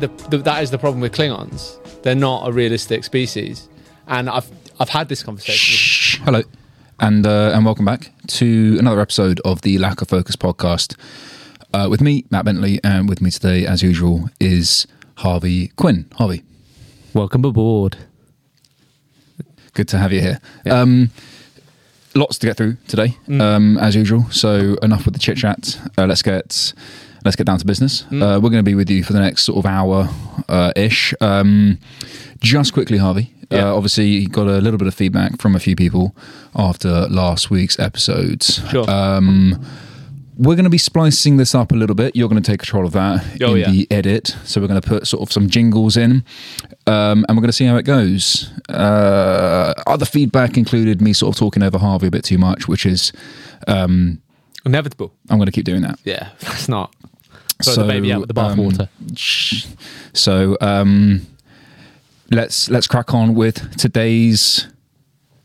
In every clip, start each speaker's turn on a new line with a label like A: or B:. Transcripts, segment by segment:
A: the, the, that is the problem with Klingons. They're not a realistic species, and I've I've had this conversation.
B: Shh. Hello, and uh, and welcome back to another episode of the Lack of Focus podcast. Uh, with me, Matt Bentley, and with me today, as usual, is Harvey Quinn. Harvey,
C: Welcome aboard.
B: good to have you here. Um, lots to get through today,
A: Mm.
B: um, as usual. So enough with the chit chat. Uh, let's get let's get down to business.
A: Mm.
B: Uh, we're going to be with you for the next sort of hour uh, ish. Um, just quickly, Harvey.
A: Yeah.
B: Uh, obviously, you got a little bit of feedback from a few people after last week's episodes.
A: Sure.
B: Um, we're going to be splicing this up a little bit. You're going to take control of that
A: Oh,
B: in
A: yeah.
B: the edit. So we're going to put sort of some jingles in, um, and we're going to see how it goes. Uh, other feedback included me sort of talking over Harvey a bit too much, which is um,
A: Inevitable.
B: I'm going to keep doing that.
A: Yeah, that's not. Throw the baby out with the
B: um,
A: bathwater.
B: sh- So um, let's let's crack on with today's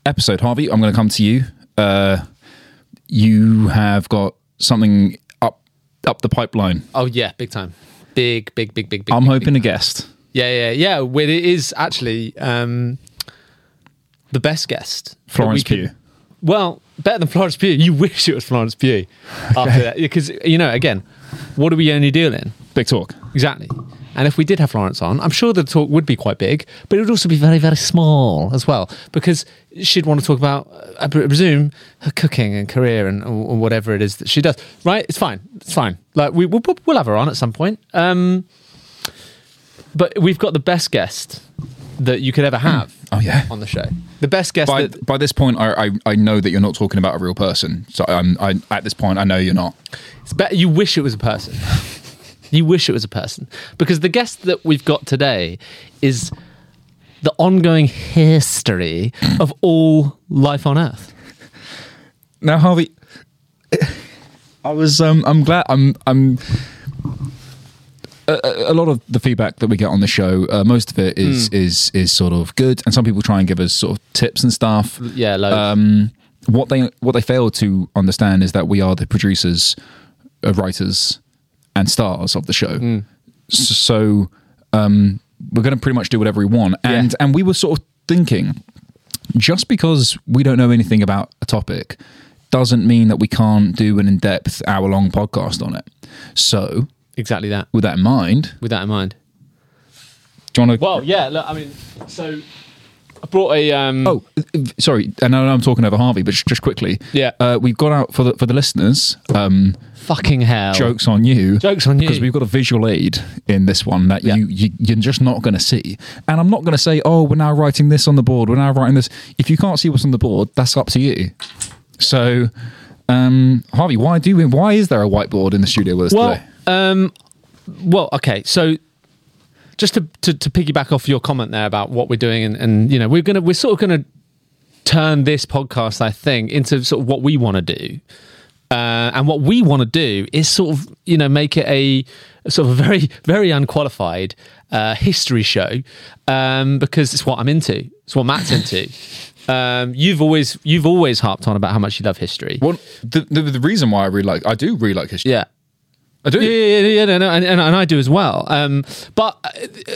B: episode, Harvey. I'm going to come to you. Uh, you have got something up up the pipeline.
A: Oh yeah, big time. Big, big, big, big, big.
B: I'm
A: big,
B: hoping a
A: big.
B: guest.
A: Yeah, yeah, yeah. Well, it is actually um, the best guest. that
B: Florence
A: we could-
B: Pugh.
A: Well, better than Florence Pugh. You wish it was Florence Pugh after that, because you know, again, what are we only dealing?
B: Big talk.
A: Exactly. And if we did have Florence on, I'm sure the talk would be quite big, but it would also be very, very small as well, because she'd want to talk about, uh, I pre- presume, her cooking and career and or whatever it is that she does. Right? It's fine. It's fine. Like we, we'll, we'll have her on at some point. Um, but we've got the best guest that you could ever have
B: Oh yeah.
A: on the show. The best guest
B: By,
A: that
B: by this point, I, I I know that you're not talking about a real person. So I'm I, at this point, I know you're not.
A: It's better. You wish it was a person. you wish it was a person because the guest that we've got today is the ongoing history of all life on Earth.
B: Now, Harvey, I was. Um, I'm glad. I'm. I'm. A, a a lot of the feedback that we get on the show, uh, most of it
A: Hmm.
B: is is is sort of good, and some people try and give us sort of tips and stuff.
A: Yeah, loads.
B: Um, what they what they fail to understand is that we are the producers, uh, writers, and stars of the show.
A: Hmm.
B: S- So um, we're going to pretty much do whatever we want, and and we were sort of thinking just because we don't know anything about a topic doesn't mean that we can't do an in-depth hour-long podcast on it. So,
A: exactly that.
B: with that in mind,
A: With that in mind.
B: do you want to?
A: Well, yeah. Look, I mean, so I brought a. Um,
B: Oh, uh, sorry, and I know I'm talking over Harvey, but just, just quickly,
A: Yeah.
B: uh, we've got out for the for the listeners. Um,
A: fucking hell!
B: Oh. jokes on you,
A: Jokes on you.
B: because we've got a visual aid in this one that
A: Yeah.
B: you, you you're just not going to see. And I'm not going to say, oh, we're now writing this on the board. We're now writing this. If you can't see what's on the board, that's up to you. So, um, Harvey, why do we, why is there a whiteboard in the studio with us
A: Well,
B: today?
A: um, well, okay. So, just to, to to piggyback off your comment there about what we're doing, and, and you know, we're gonna we're sort of gonna turn this podcast, I think, into sort of what we want to do. Uh, and what we want to do is sort of, you know, make it a sort of a very, very unqualified uh, history show um, because it's what I'm into. It's what Matt's into. Um, you've always, you've always harped on about how much you love history.
B: Well, the, the the reason why I really like I do really like history.
A: Yeah.
B: I do.
A: Yeah, yeah, yeah, yeah, no, no, and, and, and I do as well. Um, but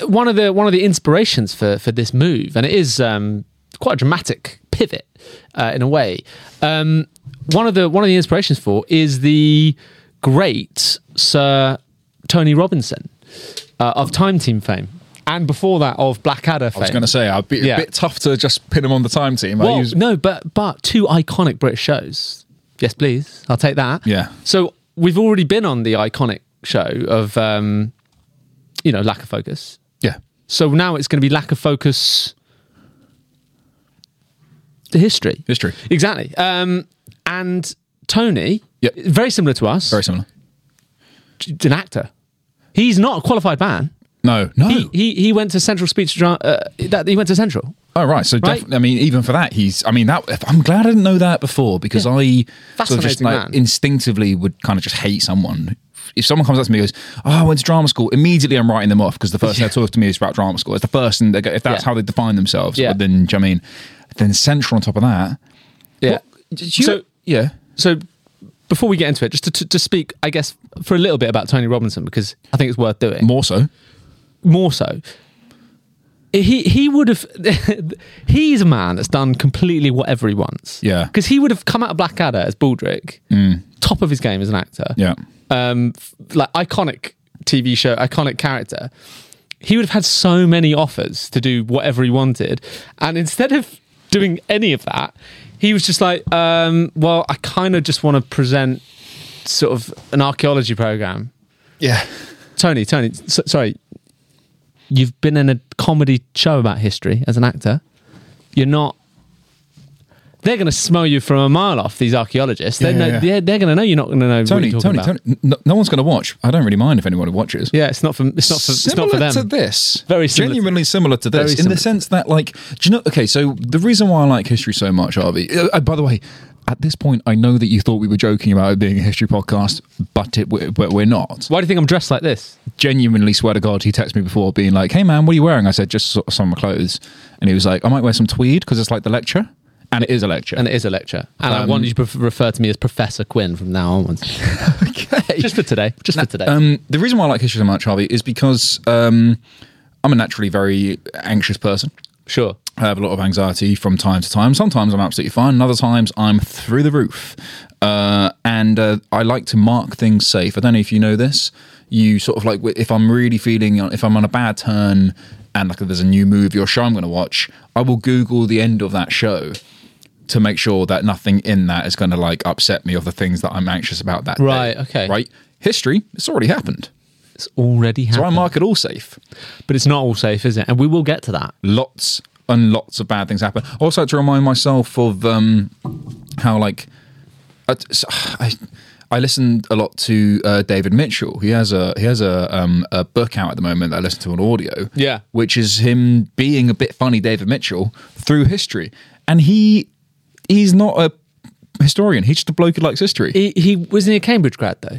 A: uh, one of the one of the inspirations for for this move, and it is um, quite a dramatic pivot uh, in a way. Um, one of the one of the inspirations for is the great Sir Tony Robinson uh, of Time Team fame, and before that of Blackadder fame.
B: I was going to say I'd be
A: Yeah.
B: a bit tough to just pin him on the time team. I
A: Well,
B: use-
A: no, but but two iconic British shows. Yes, please. I'll take that.
B: Yeah.
A: So we've already been on the iconic show of, um, you know, lack of focus.
B: yeah.
A: So now it's going to be lack of focus. The history.
B: History.
A: Exactly. Um, and Tony,
B: Yep.
A: very similar to us,
B: Very similar.
A: an actor. He's not a qualified man.
B: No, no.
A: He, he he went to Central Speech. Dra- Uh, that he went to Central.
B: Oh right, so
A: Right?
B: definitely. I mean, even for that, he's. I mean, that I'm glad I didn't know that before because I sort of just
A: Fascinating
B: like
A: man.
B: instinctively would kind of just hate someone. If someone comes up to me and goes, "Oh, I went to drama school," immediately I'm writing them off because the first thing that talks to me is about drama school. It's the first thing they go, if that's
A: Yeah.
B: how they define themselves.
A: Yeah.
B: But then, do you know what I mean? Then central on top of that.
A: Yeah.
B: What- did you-
A: So-
B: yeah,
A: so before we get into it, just to, to, to speak, I guess, for a little bit about Tony Robinson, because I think it's worth doing.
B: more so.
A: more so. He he would have. he's a man that's done completely whatever he wants.
B: Yeah. Mm.
A: because he would have come out of Blackadder as Baldric, top of his game as an actor.
B: Yeah.
A: um, f- like iconic TV show, iconic character. He would have had so many offers to do whatever he wanted, and instead of doing any of that, he was just like, um, "Well, I kind of just want to present sort of an archaeology program."
B: Yeah.
A: Tony, Tony, s sorry. You've been in a comedy show about history as an actor. You're not. They're going to smell you from a mile off. These archaeologists. They're,
B: Yeah,
A: no,
B: yeah, yeah.
A: they're, they're going to know you're not going to know. what
B: Tony,
A: you're talking
B: Tony,
A: about.
B: Tony. No, no one's going to watch. I don't really mind if anyone watches.
A: Yeah, it's not for it's not for it's not for them.
B: Similar to this.
A: Very similar to-
B: Genuinely similar to
A: Very
B: this in
A: similar
B: the sense that, like, do you know? Okay, so the reason why I like history so much, Harvey. Uh, uh, by the way, at this point, I know that you thought we were joking about it being a history podcast, but it, we- but we're not.
A: Why do you think I'm dressed like this?
B: Genuinely, swear to God, he texted me before, being like, "Hey man, what are you wearing?" I said, "Just sort of some of my clothes," and he was like, "I might wear some tweed because it's like the lecture." And it is a lecture.
A: And it is a lecture. And I want you to pref- refer to me as Professor Quinn from now onwards.
B: okay.
A: Just for today. Just for today.
B: Um, the reason why I like history so much, Harvey, is because um, I'm a naturally very anxious person.
A: sure.
B: I have a lot of anxiety from time to time. Sometimes I'm absolutely fine, and other times I'm through the roof. Uh, and uh, I like to mark things safe. I don't know if you know this. You sort of like if I'm really feeling if I'm on a bad turn and like there's a new movie or show I'm going to watch, I will Google the end of that show to make sure that nothing in that is going to like upset me of the things that I'm anxious about that day.
A: Right, okay.
B: Right. History, it's already happened.
A: It's already
B: So I
A: happened.
B: mark it all safe.
A: but it's not all safe, is it? And we will get to that.
B: lots and lots of bad things happen. I also had to remind myself of um, how like I, so- I I listened a lot to uh, David Mitchell. He has a he has a um, a book out at the moment that I listen to on audio.
A: Yeah.
B: which is him being a bit funny, David Mitchell through history, and he he's not a historian. He's just a bloke who likes history.
A: He, he was near Cambridge grad though.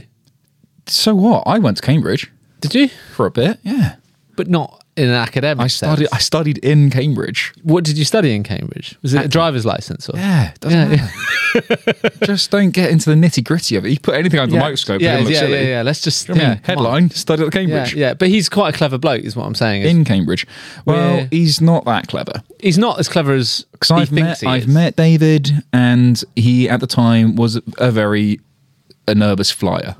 B: so what? I went to Cambridge
A: Did you?
B: for a bit. Yeah,
A: But not in an academic
B: I studied I studied in Cambridge.
A: what did you study in Cambridge? Was it a driver's license or?
B: Yeah, it doesn't
A: Yeah,
B: matter. just don't get into the nitty gritty of it. You put anything under
A: Yeah.
B: a microscope,
A: Yeah,
B: it looks
A: yeah,
B: silly.
A: yeah, yeah. Let's just
B: I mean,
A: yeah, come on.
B: headline: Study at
A: Yeah,
B: Cambridge.
A: yeah, but he's quite a clever bloke, is what I'm saying.
B: In Cambridge, well,
A: Yeah.
B: he's not that clever.
A: he's not as clever as
B: Because
A: he
B: I've
A: thinks
B: met,
A: he is.
B: I've met David, and he at the time was a very a nervous flyer.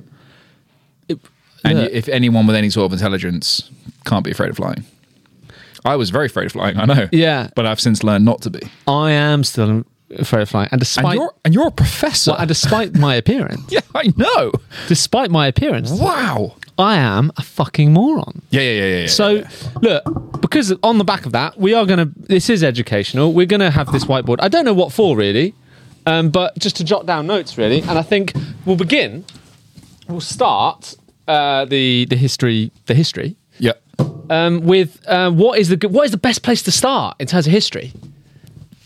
B: And
A: yeah.
B: you- if anyone with any sort of intelligence can't be afraid of flying, I was very afraid of flying. I know.
A: Yeah.
B: but I've since learned not to be.
A: I am still afraid of flying, and
B: And
A: despite
B: you're and you're a professor.
A: Well, and despite my appearance,
B: yeah, I know.
A: despite my appearance,
B: Wow.
A: I am a fucking moron.
B: Yeah, yeah, yeah, yeah. yeah,
A: So, look, because on the back of that, we are going to, this is educational. We're going to have this whiteboard. I don't know what for, really, um, but just to jot down notes, really. And I think we'll begin, we'll start uh, the, the history, the history.
B: yeah. Yeah.
A: Um, with uh, what is the good- what is the best place to start in terms of history?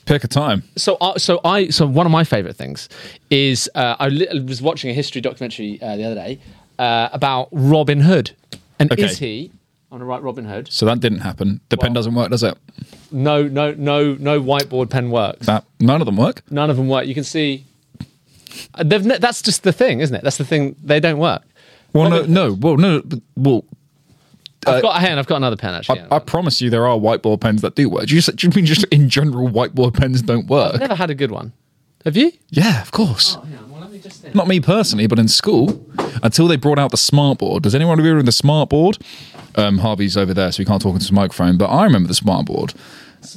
B: Pick a time.
A: so uh, so I so one of my favorite things is uh, I li- was watching a history documentary uh, the other day uh, about Robin Hood, and
B: Okay.
A: is he? I'm gonna write Robin Hood.
B: So that didn't happen. The pen
A: Well-
B: doesn't work, does it?
A: No, no, no, no whiteboard pen works.
B: That none of them work.
A: None of them work. You can see. Uh, They've ne- that's just the thing, isn't it? That's the thing. They don't work.
B: Well, no, no, well, no, but- well.
A: I've got a hand. I've got another pen actually.
B: Uh, I, I promise you, there are whiteboard pens that do work. Do you, just, do you mean just in general whiteboard pens don't
A: I've
B: work?
A: never had a good one. Have you?
B: Yeah, of course.
A: Well, let me just think.
B: Not me personally, but in school, until they brought out the smart board. Does anyone remember the smart board? Um, Harvey's over there, so he can't talk into his microphone. But I remember the smart board,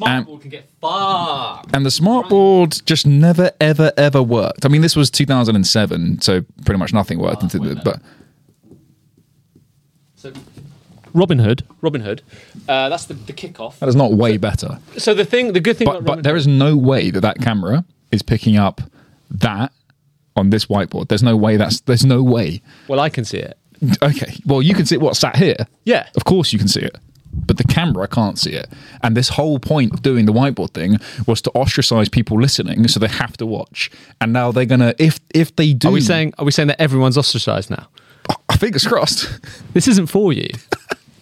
B: Um,
A: Smartboard can get far.
B: and the smart board just never, ever, ever worked. I mean, this was 2007, so pretty much nothing
A: Oh,
B: worked. until the, but
A: So, Robin Hood. Robin Hood. Uh, that's the, the kickoff.
B: that is not way better.
A: So the thing, the good thing
B: but
A: about
B: but
A: Robin
B: there is no way that that camera is picking up that on this whiteboard. There's no way that's there's no way.
A: well, I can see it.
B: Okay, well you can see what sat here.
A: Yeah.
B: of course you can see it, but the camera can't see it. And this whole point of doing the whiteboard thing was to ostracize people listening, so they have to watch. And now they're gonna if if they do,
A: Are we saying? Are we saying that everyone's ostracized now?
B: fingers crossed.
A: This isn't for you.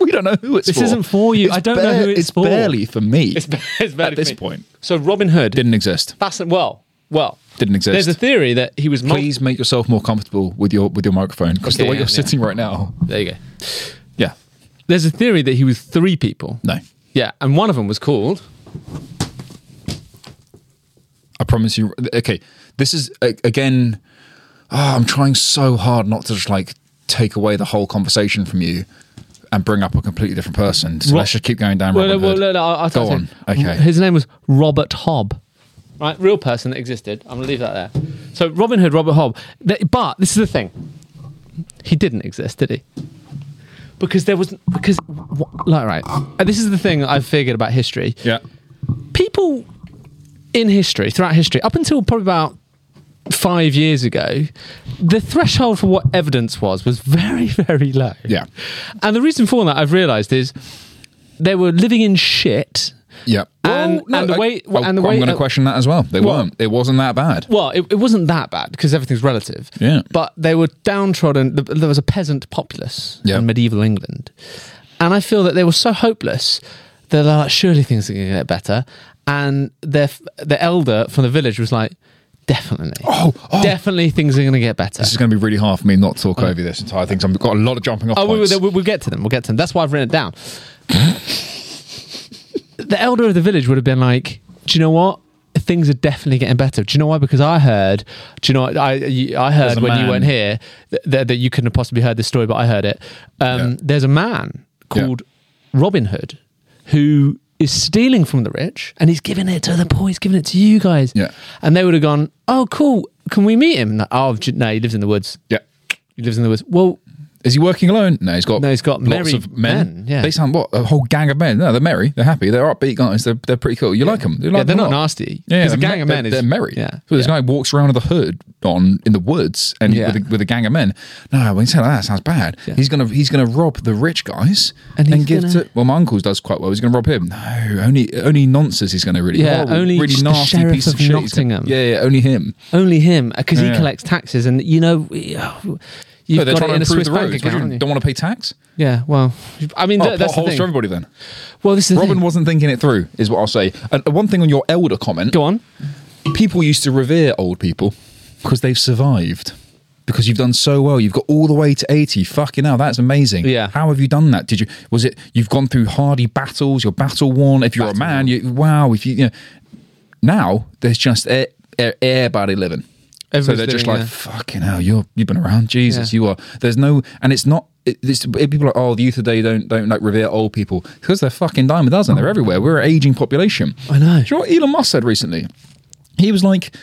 B: we don't know who it's.
A: This
B: for.
A: isn't for you.
B: It's
A: I don't know who it's for.
B: barely for me.
A: It's, it's bad
B: At this
A: for me.
B: point.
A: So Robin Hood
B: didn't exist.
A: That's well, well.
B: Didn't exist.
A: There's a theory that he was. mul-
B: Please make yourself more comfortable with your with your microphone because
A: Okay,
B: the way
A: yeah, yeah.
B: you're sitting right now.
A: There you go.
B: Yeah.
A: There's a theory that he was three people.
B: No.
A: Yeah, and one of them was called.
B: I promise you. Okay, this is a- again. ah, I'm trying so hard not to just like take away the whole conversation from you and bring up a completely different person. So
A: Ro-
B: let's just keep going down.
A: Well,
B: Robin
A: well,
B: Hood.
A: no, no, I'll, I'll
B: Go
A: tell you.
B: on. Okay.
A: His name was Robert Hobb. Right, real person that existed. I'm gonna leave that there. So Robin Hood, Robert Hobb. Th- But this is the thing. He didn't exist, did he? Because there was because wh- like right. And This is the thing I've figured about history.
B: yeah.
A: people in history, throughout history, up until probably about five years ago, the threshold for what evidence was was very, very low.
B: Yeah.
A: And the reason for that, I've realised, is they were living in shit.
B: Yeah.
A: And- and the way- and the way-
B: oh, I'm going to question that as well. They
A: What?
B: weren't. It wasn't that bad.
A: Well, it, it wasn't that bad because everything's relative.
B: Yeah.
A: But they were downtrodden. th- There was a peasant populace
B: Yeah.
A: in medieval England. And I feel that they were so hopeless that they're like, surely things are going to get better. And their, f- the elder from the village was like, definitely.
B: Oh, oh.
A: Definitely things are going to get better.
B: This is going to be really hard for me not to talk over this entire thing. So I've got a lot of jumping off
A: Oh, we,
B: points.
A: we, we, we'll get to them. We'll get to them. That's why I've written it down. the elder of the village would have been like, "Do you know what? Things are definitely getting better. Do you know why? Because I heard. Do you know? What? I you- I heard
B: There's a
A: when you
B: man.
A: weren't here th- that, that you couldn't have possibly heard this story, but I heard it. Um,
B: Yeah.
A: There's a man
B: Yeah.
A: called Robin Hood who is stealing from the rich and he's giving it to the poor. He's giving it to you guys.
B: Yeah.
A: And they would have gone, "Oh, cool. Can we meet him? No, oh, j- no, he lives in the woods.
B: yeah.
A: He lives in the woods. Well,
B: Is he working alone? No, he's got
A: No, he's got
B: lots
A: merry
B: of men.
A: men, yeah.
B: They sound what a whole gang of men. No, they're merry. They're happy. They're upbeat guys. They're, they're pretty cool. You like them? You like
A: yeah, they're
B: them
A: not
B: a lot.
A: nasty.
B: Yeah,
A: There's a
B: they're
A: gang
B: me-
A: of men.
B: They're,
A: is-
B: they're merry.
A: Yeah,
B: So this
A: yeah.
B: guy walks around with a hood on in the woods and
A: Yeah.
B: with, a, with a gang of men. No, when you say like that, it sounds bad.
A: Yeah.
B: He's gonna he's gonna rob the rich guys
A: And
B: and,
A: he's
B: give
A: gonna-
B: to. Well, my uncle's does quite well. He's gonna rob him. No, only only nonsense. He's gonna really
A: Yeah,
B: horrible,
A: only
B: really
A: the
B: nasty
A: sheriff
B: piece of,
A: of
B: shit. he's gonna-
A: Nottingham.
B: yeah, yeah, only him.
A: only him because he
B: Yeah.
A: collects taxes, and you know, we- oh, you've
B: no, they're
A: got it
B: trying
A: in a
B: to
A: Swiss
B: improve the
A: bank
B: roads. What,
A: account.
B: you
A: haven't you?
B: Don't want to pay tax.
A: Yeah, well, I mean,
B: Oh,
A: th- that's the
B: potholes
A: thing.
B: for everybody then.
A: Well, this is the
B: Robin
A: thing.
B: wasn't thinking it through, is what I'll say. And one thing on your elder comment
A: Go on.
B: people used to revere old people because they've survived. Because you've done so well, you've got all the way to eighty. Fucking hell, that's amazing.
A: Yeah.
B: How have you done that? Did you? Was it? You've gone through hardy battles. You're battle worn. If you're a man, you wow. If you, you know, now there's just air, air, everybody living. so
A: Everybody's
B: they're just
A: living,
B: like fucking hell. You're you've been around Jesus.
A: Yeah.
B: You are. There's no, and it's not. It, it's, people are like oh the youth today don't don't like revere old people because they're fucking dying with us and they're everywhere. We're an aging population.
A: I know.
B: Do you know what Elon Musk said recently? He was like,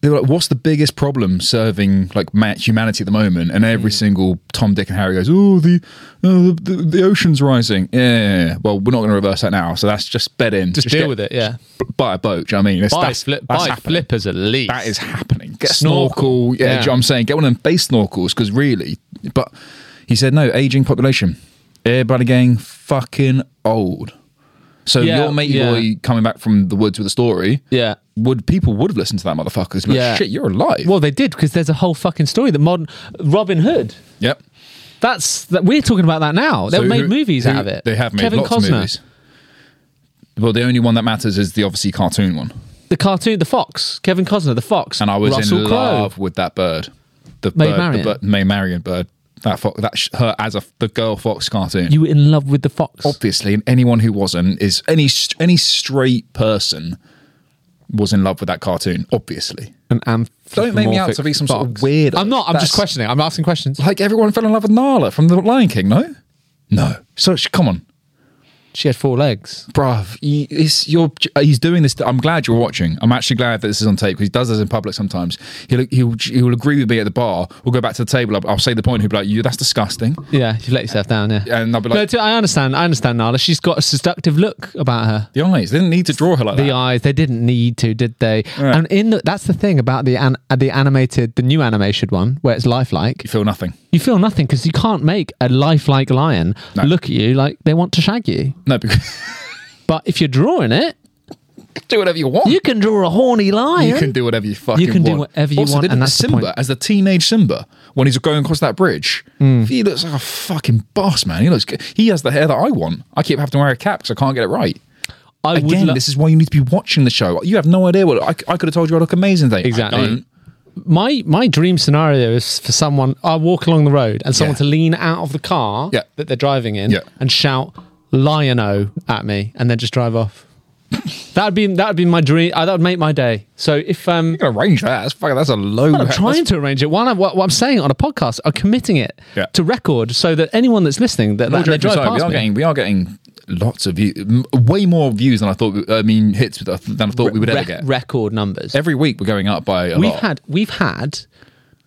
B: they were like, what's the biggest problem serving like ma- humanity at the moment? And every
A: Hmm.
B: single Tom, Dick, and Harry goes, oh, the uh, the, the ocean's rising. Yeah, yeah, yeah. Well, we're not going to reverse that now. So that's just bed in.
A: Just deal with it, yeah.
B: Buy a boat. Do you know what I mean? That's,
A: Buy,
B: that's-
A: flip,
B: that's
A: buy
B: happening.
A: flippers at least.
B: That is happening. Get a
A: Snorkel.
B: snorkel. Yeah, do you know
A: Yeah.
B: what I'm saying? Get one of them base snorkels because really, but he said, no, aging population. Everybody getting fucking old. So
A: Yeah,
B: your matey
A: yeah.
B: boy coming back from the woods with a story,
A: Yeah.
B: would people would have listened to that motherfucker? Like,
A: Yeah.
B: shit, you're alive.
A: Well, they did because there's a whole fucking story that modern Robin Hood.
B: yep.
A: That's that we're talking about that now. They've
B: So
A: made
B: who-
A: movies
B: who-
A: out of it.
B: They have made
A: Kevin
B: lots
A: Costner,
B: of movies. Well, the only one that matters is the obviously cartoon one,
A: the cartoon, the fox, Kevin Costner, the fox,
B: and I was
A: Russell
B: in
A: Crowe.
B: love with that bird, the
A: May
B: bird,
A: Marian.
B: the bird, May Marion bird. That fo- that sh- her as a f- the girl fox cartoon.
A: You were in love with the fox.
B: obviously, and anyone who wasn't is any st- any straight person was in love with that cartoon. Obviously,
A: an amp.
B: Don't make me out to be some sort of weirdo.
A: I'm not. I'm
B: That's-
A: just questioning. I'm asking questions.
B: like everyone fell in love with Nala from The Lion King. No, no. So sh- come on,
A: She had four legs.
B: bruv, he, it's your, he's doing this. I'm glad you're watching. I'm actually glad that this is on tape because he does this in public sometimes. He'll, he'll, he'll agree with me at the bar. We'll go back to the table. I'll, I'll say the point. He'll be like, "You, that's disgusting."
A: Yeah, you've let yourself down. Yeah,
B: And I'll be
A: no,
B: like,
A: t- I understand. I understand, Nala. She's got a seductive look about her.
B: "The eyes. They didn't need to draw her like
A: The
B: that."
A: eyes. They didn't need to, did they?
B: Right.
A: And in the, that's the thing about the an, uh, the animated, the new animated one, where it's lifelike.
B: You feel nothing.
A: You feel nothing because you can't make a lifelike lion
B: No.
A: look at you like they want to shag you.
B: No, because
A: But if you're drawing it,
B: do whatever you want.
A: you can draw a horny lion.
B: You can do whatever you fucking want.
A: can do whatever you
B: also,
A: want,
B: didn't
A: and that's the
B: Simba
A: point.
B: as the teenage Simba when he's going across that bridge.
A: Hmm.
B: He looks like a fucking boss, man. He looks. good. He has the hair that I want. I keep having to wear a cap because I can't get it right.
A: I would
B: Again,
A: lo-
B: this is why you need to be watching the show. You have no idea what I, I could have told you. I look amazing today. I
A: Exactly.
B: don't.
A: my my dream scenario is for someone I walk along the road and someone
B: Yeah.
A: to lean out of the car
B: Yeah.
A: that they're driving in
B: Yeah.
A: and shout lion-o at me and then just drive off. that would be that would be my dream. Uh, that would make my day. So if um
B: You can arrange that. That's fucking. That's a low.
A: I'm
B: that's-
A: trying to arrange it. While I'm, what, what I'm saying on a podcast, I'm committing it
B: Yeah.
A: to record so that anyone that's listening that, that
B: Not
A: they
B: joking
A: drive
B: aside, we
A: past
B: are
A: me.
B: getting we are getting lots of views, m- way more views than I thought. we- I mean, hits than I thought we would ever
A: Rec-
B: get.
A: record numbers.
B: Every week we're going up by a
A: we've
B: lot.
A: had we've had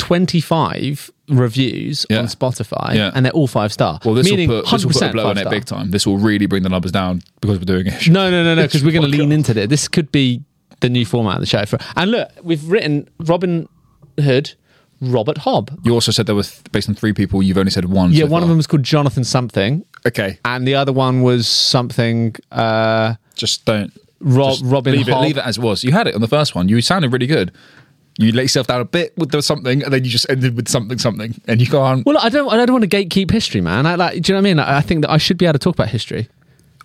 A: 25 reviews
B: Yeah.
A: on Spotify
B: Yeah.
A: and they're all five star.
B: well, this
A: meaning
B: will put, this will put a
A: 100%
B: blow on
A: five
B: it
A: star.
B: big time. This will really bring the numbers down because we're doing it.
A: No, no, no, no, because we're going to lean into this. This could be the new format of the show. For, and look, we've written Robin Hood, Robert Hobb.
B: You also said there was based on three people. You've only said one.
A: Yeah,
B: so
A: one of
B: far.
A: them was called Jonathan something,
B: Okay,
A: and the other one was something. Uh,
B: just don't.
A: Rob-
B: just
A: Robin
B: leave it,
A: Hobb.
B: leave it as it was. You had it on the first one. You sounded really good. You let yourself down a bit with the something, and then you just ended with something, something, and you can't.
A: Well, I don't. I don't want to gatekeep history, man. I, like, do you know what I mean? I, I think that I should be able to talk about history.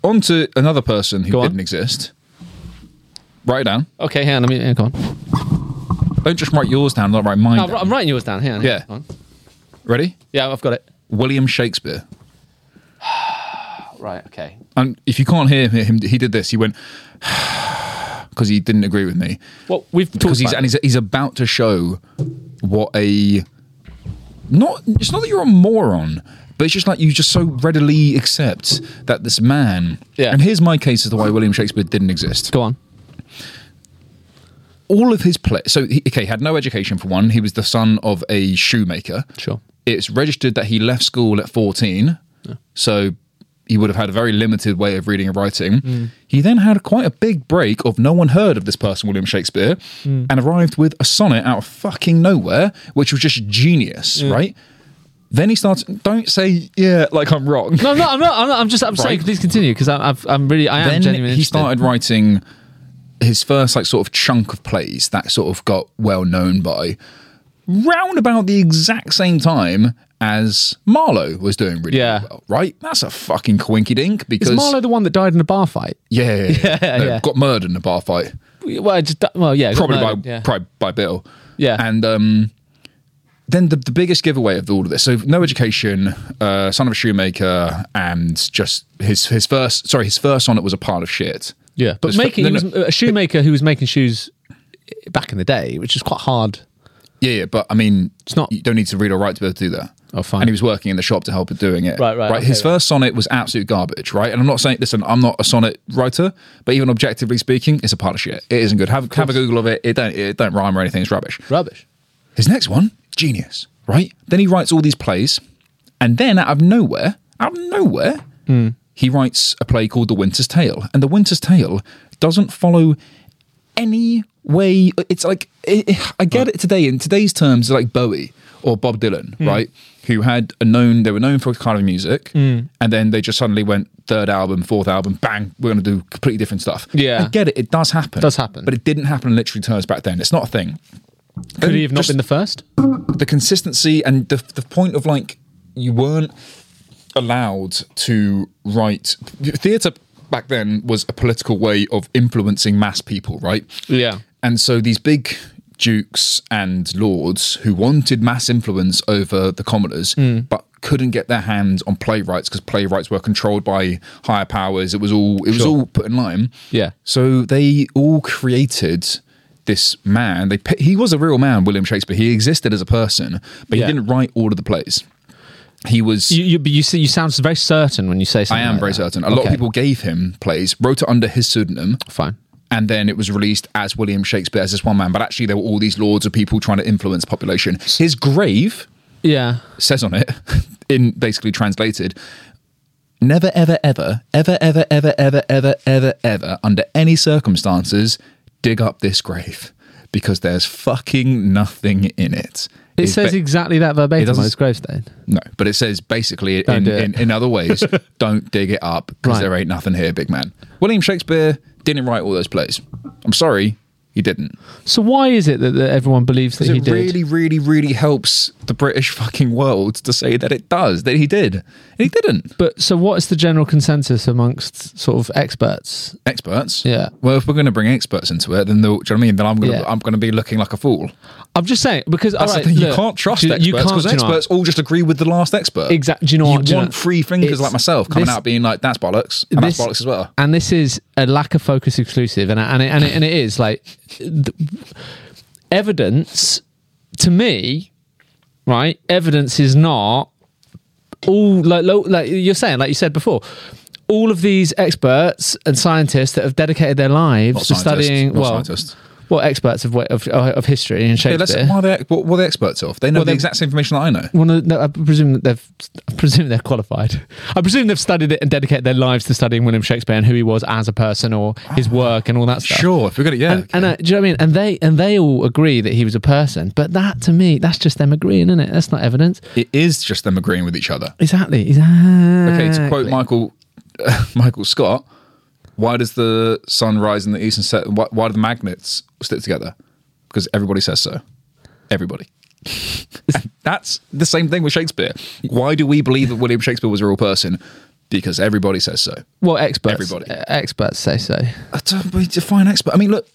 B: On to another person who
A: Go on.
B: didn't exist. Write it down.
A: Okay, hang on. Let me hang on.
B: Don't just write yours down, not write mine.
A: No,
B: down.
A: I'm writing yours down. Hang on.
B: Yeah.
A: hang on.
B: Ready?
A: Yeah, I've got it.
B: William Shakespeare. Oh,
A: Right. Okay.
B: And if you can't hear him, he did this. He went because he didn't agree with me
A: Well, we've
B: because
A: talked
B: he's
A: about.
B: and he's, he's about to show what a not. It's not that you're a moron, but it's just like you just so readily accept that this man.
A: Yeah.
B: And here's my case as to why William Shakespeare didn't exist.
A: Go on.
B: All of his play. So he, okay, he had no education for one. He was the son of a shoemaker.
A: Sure.
B: it's registered that he left school at 14. So he would have had a very limited way of reading and writing. He then had quite a big break of no one heard of this person, William Shakespeare, and arrived with a sonnet out of fucking nowhere, which was just genius, right? Then he starts, don't say, yeah, like I'm wrong.
A: No, I'm not. I'm not. I'm, not, I'm just. I'm saying.
B: Right.
A: Please continue because I'm. I've, I'm really. I am
B: then
A: genuinely.
B: he
A: Um, interested.
B: started writing his first like sort of chunk of plays that sort of got well known by round about the exact same time as Marlowe was doing really
A: Yeah.
B: well, right? That's a fucking coinky dink
A: Is
B: because
A: Marlowe the one that died in a bar fight?
B: yeah, yeah, yeah,
A: Yeah,
B: No,
A: yeah.
B: got murdered in a bar fight,
A: Well, I just, well yeah.
B: probably
A: no,
B: by
A: yeah.
B: probably by Bill,
A: Yeah.
B: and um. Then the, the biggest giveaway of all of this, so no education, uh, son of a shoemaker, and just his his first sorry his first sonnet was a pile of shit.
A: yeah. But
B: Just-
A: making
B: no,
A: he was
B: no.
A: a shoemaker who was making shoes back in the day, which is quite hard.
B: Yeah, yeah, but I mean,
A: It's not-
B: You don't need to read or write to be able to do that.
A: Oh, fine.
B: And he was working in the shop to help at doing it.
A: Right, right, okay,
B: his
A: right.
B: first sonnet was absolute garbage. Right, and I'm not saying. Listen, I'm not a sonnet writer, but even objectively speaking, it's a pile of shit. It isn't good. Have have a Google of it. It don't it don't rhyme or anything. It's rubbish.
A: Rubbish.
B: His next one, genius. Right. Then he writes all these plays, and then out of nowhere, out of nowhere,
A: Hmm.
B: he writes a play called The Winter's Tale, and The Winter's Tale doesn't follow any way. It's like i i I get it today in today's terms, like Bowie or Bob Dylan,
A: Hmm.
B: right? Who had a known they were known for kind of music,
A: Hmm.
B: and then they just suddenly went third album, fourth album, bang, we're going to do completely different stuff.
A: Yeah.
B: I get it. It does happen.
A: Does happen.
B: but it didn't happen in literary terms back then. It's not a thing
A: Could he have not
B: just
A: been the first?
B: the consistency and the the point of like you weren't allowed to write theatre back then was a political way of influencing mass people, right?
A: Yeah.
B: And so these big dukes and lords who wanted mass influence over the commoners,
A: Hmm.
B: but couldn't get their hands on playwrights because playwrights were controlled by higher powers. It was all it was all put in line.
A: Yeah.
B: So they all created this man. They pi- he was a real man, William Shakespeare. He existed as a person, but
A: Yeah.
B: he didn't write all of the plays. He was.
A: You, you, but you see, you sound very certain when you say
B: I
A: something.
B: am
A: like
B: very
A: that.
B: certain. A lot of
A: Okay,
B: people gave him plays, wrote it under his pseudonym,
A: Fine.
B: and then it was released as William Shakespeare as this one man. But actually, there were all these lords of people trying to influence population. His grave
A: Yeah.
B: says on it, in basically translated, never, ever, ever, ever, ever, ever, ever, ever, ever, ever, under any circumstances, dig up this grave because there's fucking nothing in it.
A: It
B: It's
A: says
B: ba-
A: exactly that verbatim on
B: doesn't-
A: his gravestone.
B: no, but it says basically in,
A: do it.
B: in, in other ways, don't dig it up because
A: Right.
B: there ain't nothing here, big man. William Shakespeare didn't write all those plays. I'm sorry, he didn't.
A: So why is it that, that everyone believes that he
B: It
A: did?
B: really, really, really helps the British fucking world to say that it does, that he did. And he didn't.
A: But so, what is the general consensus amongst sort of experts?
B: Experts.
A: Yeah.
B: Well, if we're going to bring experts into it, then the, do you know what I mean? Then I'm going to
A: Yeah.
B: I'm going to be looking like a fool.
A: I'm just saying because
B: That's
A: alright,
B: the thing. You
A: look,
B: can't trust
A: do-
B: experts because
A: do you know what?
B: experts all just agree with the last expert.
A: Exact- do you know
B: You
A: what, do you
B: want
A: know-
B: free thinkers
A: it's-
B: like myself coming
A: this-
B: out being like, "That's bollocks," and
A: This-
B: that's bollocks as well.
A: And this is a lack of focus exclusive, and and it, and it, and it is like the, evidence to me, right? Evidence is not all like lo- like you're saying, like you said before. All of these experts and scientists that have dedicated their
B: Not
A: lives to
B: scientists,
A: studying,
B: not
A: well,
B: scientists.
A: well, experts of, wa- of of history and
B: Yeah,
A: Shakespeare.
B: let's, why are they, what, what are the experts of? They know
A: Well,
B: the
A: they-
B: exact same information that I know.
A: Well, no, no, I presume that they've, I presume they're qualified. I presume they've studied it and dedicated their lives to studying William Shakespeare and who he was as a person or his
B: Ah,
A: work and all that stuff.
B: Sure, if we're going to, yeah.
A: And, and uh, do you know what I mean? And they and they all agree that he was a person, but that to me, that's just them agreeing, isn't it? That's not evidence.
B: it is just them agreeing with each other.
A: Exactly. Exactly.
B: Okay, to quote Michael Michael Scott, why does the sun rise in the east and set? Why, why do the magnets stick together? Because everybody says so. Everybody. That's the same thing with Shakespeare. Why do we believe that William Shakespeare was a real person? Because everybody says so.
A: Well, experts.
B: Everybody.
A: uh, Experts say so.
B: I don't really define expert. I mean, look,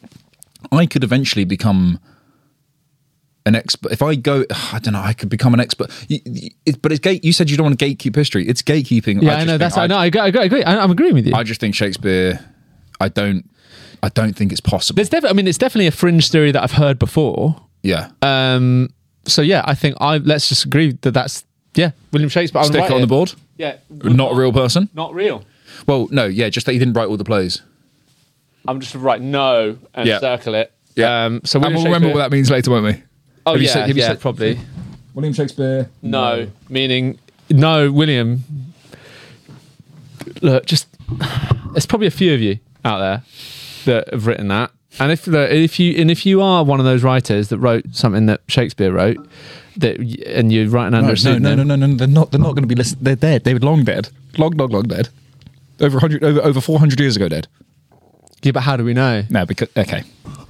B: I could eventually become an expert. If I go, I don't know, I could become an expert. You- you- it- but it's gate. You said you don't want to gatekeep history. It's gatekeeping.
A: Yeah, I, know.
B: just think-
A: That's.
B: I,
A: I, know. I, agree- I agree. I, I'm agreeing with you.
B: I just think Shakespeare. I don't. I don't think it's possible.
A: There's definitely. I mean, it's definitely a fringe theory that I've heard before.
B: yeah.
A: Um, so yeah, I think I let's just agree that that's yeah, William Shakespeare. I would
B: Stick
A: write
B: it on the board.
A: Yeah,
B: Not a real person.
A: not real.
B: Well, no. Yeah, just that he didn't write all the plays.
A: I'm just right no and
B: Yeah.
A: circle it. Um, so
B: and
A: William
B: we'll remember what that means later, won't we?
A: Oh
B: Have you
A: yeah,
B: said- have you
A: yeah,
B: said-
A: probably
B: William Shakespeare.
A: no, meaning no William. Look, just it's probably a few of you out there that have written that. And if the, if you and if you are one of those writers that wrote something that Shakespeare wrote, that y- and you're writing under a
B: No, no, no,
A: pseudonym-
B: no, no, no. They're not. They're not going to be listening. They're dead. They were long dead. Long, long, long dead. Over hundred, over, over four hundred years ago, dead.
A: Yeah, but how do we know?
B: No, because okay.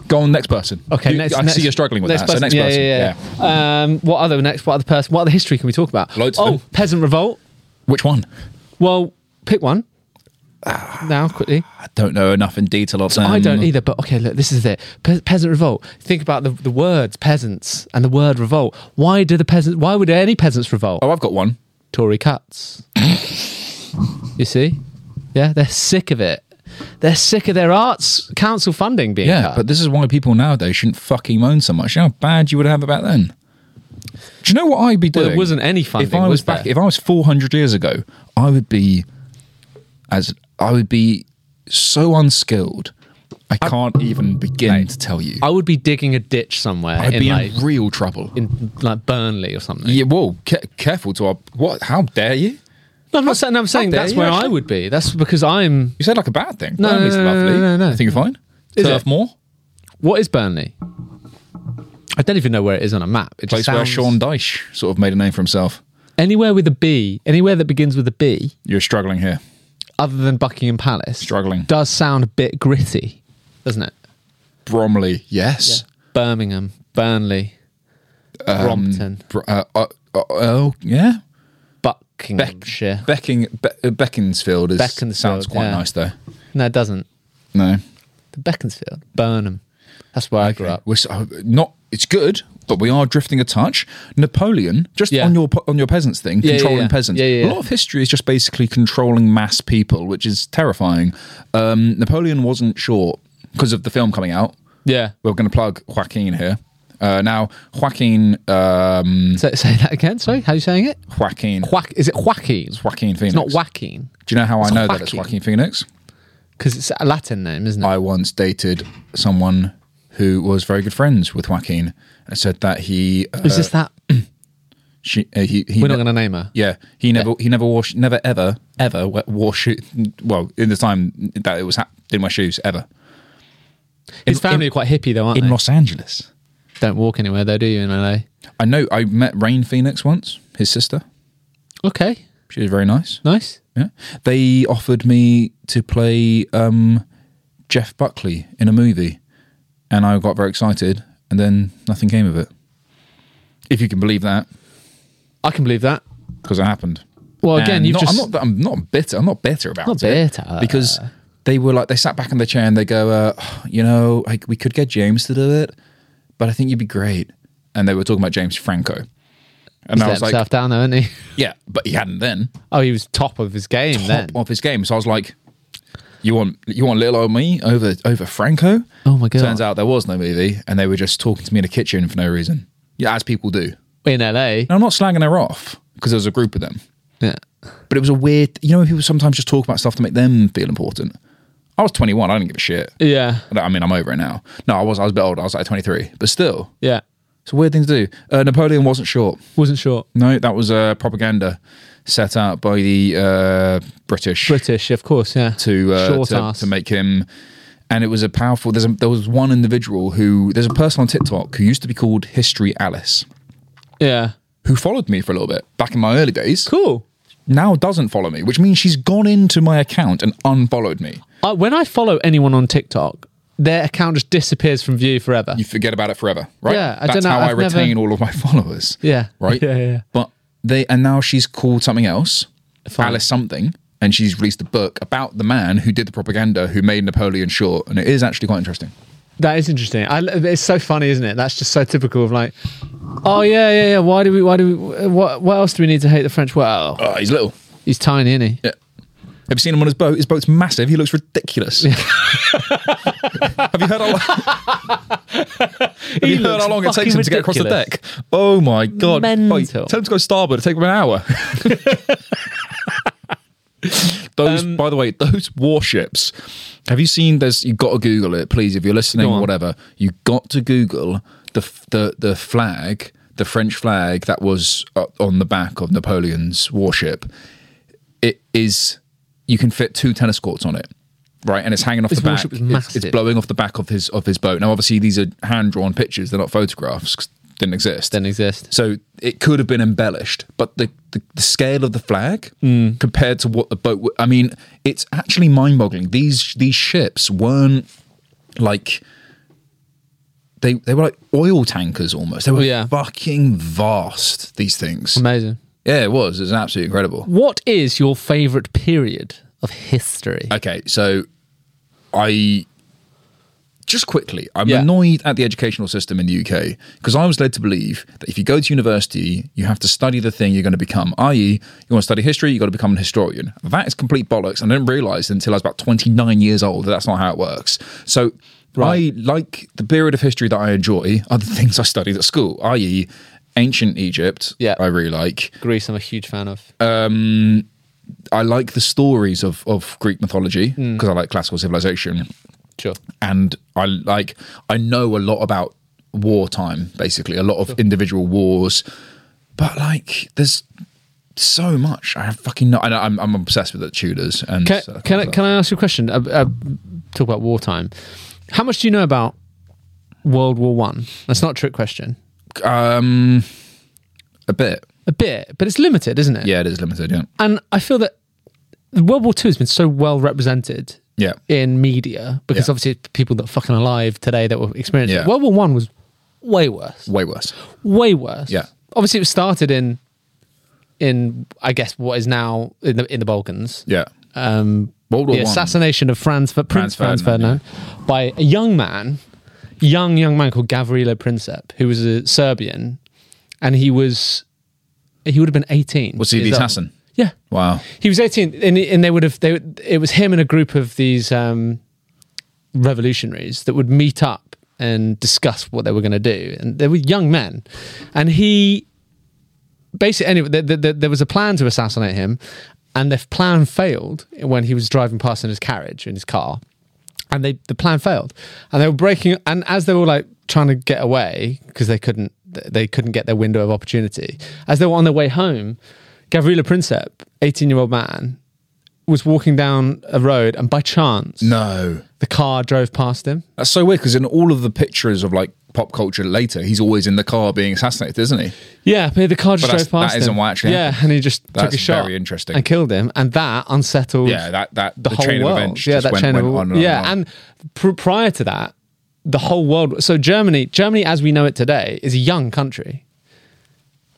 B: Go on, next person.
A: Okay,
B: You-
A: next,
B: I
A: next,
B: see you're struggling with
A: next
B: that.
A: Person,
B: so next
A: yeah,
B: person.
A: Yeah, yeah. Um, what other next? What other person? What other history can we talk about?
B: Loads of
A: oh,
B: them.
A: peasant revolt.
B: Which one?
A: Well, pick one now quickly.
B: I don't know enough in detail. On
A: I don't either, but okay, look, this is it. Pe- peasant revolt. Think about the, the words peasants and the word revolt. Why do the peasants? Why would any peasants revolt?
B: Oh, I've got one.
A: Tory cuts. you see, yeah, they're sick of it. They're sick of their arts council funding being
B: Yeah,
A: cut.
B: but this is why people nowadays shouldn't fucking moan so much. You know how bad you would have it back then. Do you know what I'd be
A: Well,
B: doing?
A: there wasn't any
B: if
A: funding,
B: I was,
A: was
B: back,
A: there?
B: if I was four hundred years ago, I would be as I would be so unskilled. I can't even begin to tell you.
A: I would be digging a ditch somewhere
B: I'd
A: in
B: be
A: like
B: in real trouble.
A: in like Burnley or something.
B: yeah, whoa, ca- careful to our what? How dare you?
A: No, I'm not saying. I'm saying
B: dare
A: that's
B: you,
A: where I
B: actually.
A: would be. That's because I'm.
B: You said like a bad thing.
A: No, no,
B: Burnley's
A: no, no,
B: lovely.
A: no, no, no.
B: I think you're fine.
A: Is
B: Turf
A: it?
B: Moor,
A: What is Burnley? I don't even know where it is on a map. It
B: place
A: just
B: where
A: sounds,
B: Sean Dyche sort of made a name for himself.
A: Anywhere with a B, anywhere that begins with a B,
B: You're struggling here.
A: other than Buckingham Palace,
B: Struggling.
A: does sound a bit gritty, doesn't it?
B: Bromley, yes.
A: Birmingham, Burnley, Brompton,
B: Br- Uh, uh, uh, oh, yeah.
A: Buckinghamshire.
B: Becking, Be- uh, Beaconsfield is
A: Beaconsfield,
B: sounds quite
A: yeah.
B: nice though.
A: no, it doesn't.
B: No,
A: The Beaconsfield, Burnham. That's where I grew up.
B: we're s- uh, not. It's good, but we are drifting a touch. Napoleon, just
A: Yeah.
B: on your po- on your peasants thing,
A: Yeah, yeah,
B: controlling
A: yeah.
B: peasants.
A: Yeah, yeah,
B: A
A: yeah.
B: lot of history is just basically controlling mass people, which is terrifying. Um, Napoleon wasn't sure because of the film coming out.
A: Yeah.
B: We're going to plug Joaquin here. Uh, now, Joaquin, um,
A: So, say that again. Sorry, how are you saying it?
B: Joaquin,
A: Whack? Is it Joaquin?
B: Joaquin
A: It's
B: Phoenix.
A: not Joaquin
B: Do you know how I
A: It's
B: know that it's
A: Joaquin.
B: Joaquin Phoenix?
A: because it's a Latin name, isn't it?
B: I once dated someone who was very good friends with Joaquin and said that he uh,
A: Is this that?
B: she uh, he, he
A: We're not
B: ne-
A: going to name her.
B: yeah he never he never wore sh- never ever ever we- wore shoes well in the time that it was hap- didn't wear shoes ever
A: His
B: In-
A: family are quite hippie though, aren't
B: in
A: they?
B: Los Angeles.
A: Don't walk anywhere though, do you? In LA.
B: I know I met Rain Phoenix once, his sister.
A: Okay,
B: She was very nice.
A: nice.
B: Yeah, they offered me to play um, Jeff Buckley in a movie, and I got very excited, and then nothing came of it. If you can believe that,
A: I can believe that.
B: because it happened.
A: Well, again,
B: And
A: you've
B: not,
A: just-
B: I'm not. I'm not bitter. I'm not bitter about
A: Not
B: it.
A: bitter.
B: because they were like they sat back in their chair and they go, uh, you know, like we could get James to do it, but I think you'd be great. And they were talking about James Franco, and I
A: Let
B: was like,
A: himself down, hasn't he?
B: yeah, but he hadn't then
A: Oh, he was top of his game then.
B: top off his game. So I was like, you want you want little old me over over Franco?
A: Oh my God.
B: Turns out there was no movie, and they were just talking to me in a kitchen for no reason. Yeah, as people do.
A: In LA.
B: And I'm not slagging her off because there was a group of them.
A: Yeah.
B: But it was a weird, you know, when people sometimes just talk about stuff to make them feel important. I was 21. I didn't give a shit.
A: Yeah.
B: I mean, I'm over it now. No, I was. I was a bit older. I was like 23, but still,
A: Yeah.
B: it's a weird thing to do. Uh, Napoleon wasn't short.
A: Wasn't sure.
B: No, that was uh, propaganda set out by the uh, British
A: British, of course, yeah.
B: to uh,
A: Short
B: to,
A: ass.
B: to make him. And it was a powerful. There's a, there was one individual who there's a person on TikTok who used to be called History Alice
A: Yeah.
B: who followed me for a little bit back in my early days.
A: Cool.
B: Now doesn't follow me, which means she's gone into my account and unfollowed me.
A: I, Uh, when I follow anyone on TikTok, their account just disappears from view forever.
B: you forget about it forever, right?
A: Yeah, I
B: that's
A: don't know,
B: how I
A: I've never-
B: retain all of my followers.
A: Yeah,
B: right.
A: yeah, yeah.
B: But they and now she's called something else,
A: Fine.
B: Alice something, and she's released a book about the man who did the propaganda who made Napoleon short, and it is actually quite interesting.
A: That is interesting. I, it's so funny, isn't it? That's just so typical of like, oh yeah, yeah, yeah. Why do we? Why do we? What? What else do we need to hate the French? Well,
B: Oh, he's little.
A: he's tiny, isn't he?
B: Yeah. Have you seen him on his boat? His boat's massive. He looks ridiculous. Have you heard how, have you heard how long it takes him to get across the deck? Oh my god! Wait,
A: Mental.
B: tell him to go starboard. It take him an hour. those, by the way, those warships. Have you seen? There's you got to Google it, please. If you're listening, or whatever, you got to Google the f- the the flag, the French flag that was uh, on the back of Napoleon's warship. It is. You can fit two tennis courts on it. Right, and it's hanging off
A: His
B: the back.
A: warship was
B: It's- It's,
A: massive.
B: blowing off the back of his of his boat. Now, obviously, these are hand drawn pictures; they're not photographs. 'cause didn't exist.
A: Didn't exist.
B: So it could have been embellished, but the, the, the scale of the flag
A: Hmm.
B: compared to what the boat. wa- I mean, it's actually mind-boggling. These these ships weren't like they they were like oil tankers almost. They were
A: Yeah.
B: fucking vast. These things.
A: Amazing.
B: Yeah, it was. It was absolutely incredible.
A: What is your favorite period of history?
B: Okay, so I just quickly, I'm
A: Yeah.
B: annoyed at the educational system in the UK because I was led to believe that if you go to university, you have to study the thing you're going to become, i.e., you want to study history, you got to become an historian. That is complete bollocks. And I didn't realize until I was about 29 years old that that's not how it works. So I like the period of history that I enjoy are the things I studied at school, i.e., ancient Egypt,
A: Yeah.
B: I really like.
A: Greece, I'm a huge fan of.
B: I like the stories of, of Greek mythology
A: Hmm.
B: because I like classical civilization.
A: sure.
B: and I like I know a lot about wartime, basically a lot of individual wars, but like there's so much I have fucking no. I know, I'm I'm obsessed with the Tudors and
A: Can,
B: stuff
A: can, I,
B: like
A: can I ask you a question? Uh, uh, talk about wartime. How much do you know about World War One? That's not a trick question.
B: that. um a bit
A: A bit, but it's limited, isn't it?
B: yeah it is limited yeah
A: And I feel that World War Two has been so well represented
B: yeah
A: in media because
B: Yeah.
A: obviously it's people that are fucking alive today that were experiencing it.
B: Yeah.
A: World War One was way worse,
B: way worse
A: way worse.
B: Yeah.
A: Obviously, it was started in in I guess what is now in the in the Balkans.
B: yeah
A: Um,
B: World War
A: the
B: One.
A: assassination of Franz, Fer- Prince Franz,
B: Franz
A: Ferdinand,
B: Ferdinand,
A: by a young man, young young man called Gavrilo Princip, who was a Serbian, and he was he would have been eighteen.
B: was he the
A: years old.
B: assassin
A: Yeah,
B: wow
A: he was eighteen, and, and they would have they would- it was him and a group of these um, revolutionaries that would meet up and discuss what they were going to do, and they were young men, and he basically anyway th th th there was a plan to assassinate him and the plan failed when he was driving past in his carriage in his car and they the plan failed and they were breaking and as they were like trying to get away because they couldn't they couldn't get their window of opportunity as they were on their way home Gavrila Princip 18 year old man was walking down a road and by chance
B: no
A: the car drove past him
B: that's so weird because in all of the pictures of like pop culture later he's always in the car being assassinated isn't he
A: Yeah, but the car just
B: But
A: drove
B: that's-
A: past.
B: that isn't
A: him.
B: what actually
A: Yeah,
B: happened.
A: and he just took
B: That's
A: a shot.
B: very interesting.
A: And killed him, and that unsettled.
B: Yeah, that- that-
A: the,
B: the
A: whole
B: chain of
A: world.
B: events
A: yeah,
B: just
A: that
B: went-
A: chain of
B: went on and on
A: yeah,
B: and on.
A: and pr- prior to that, the whole world. So Germany, Germany as we know it today, is a young country.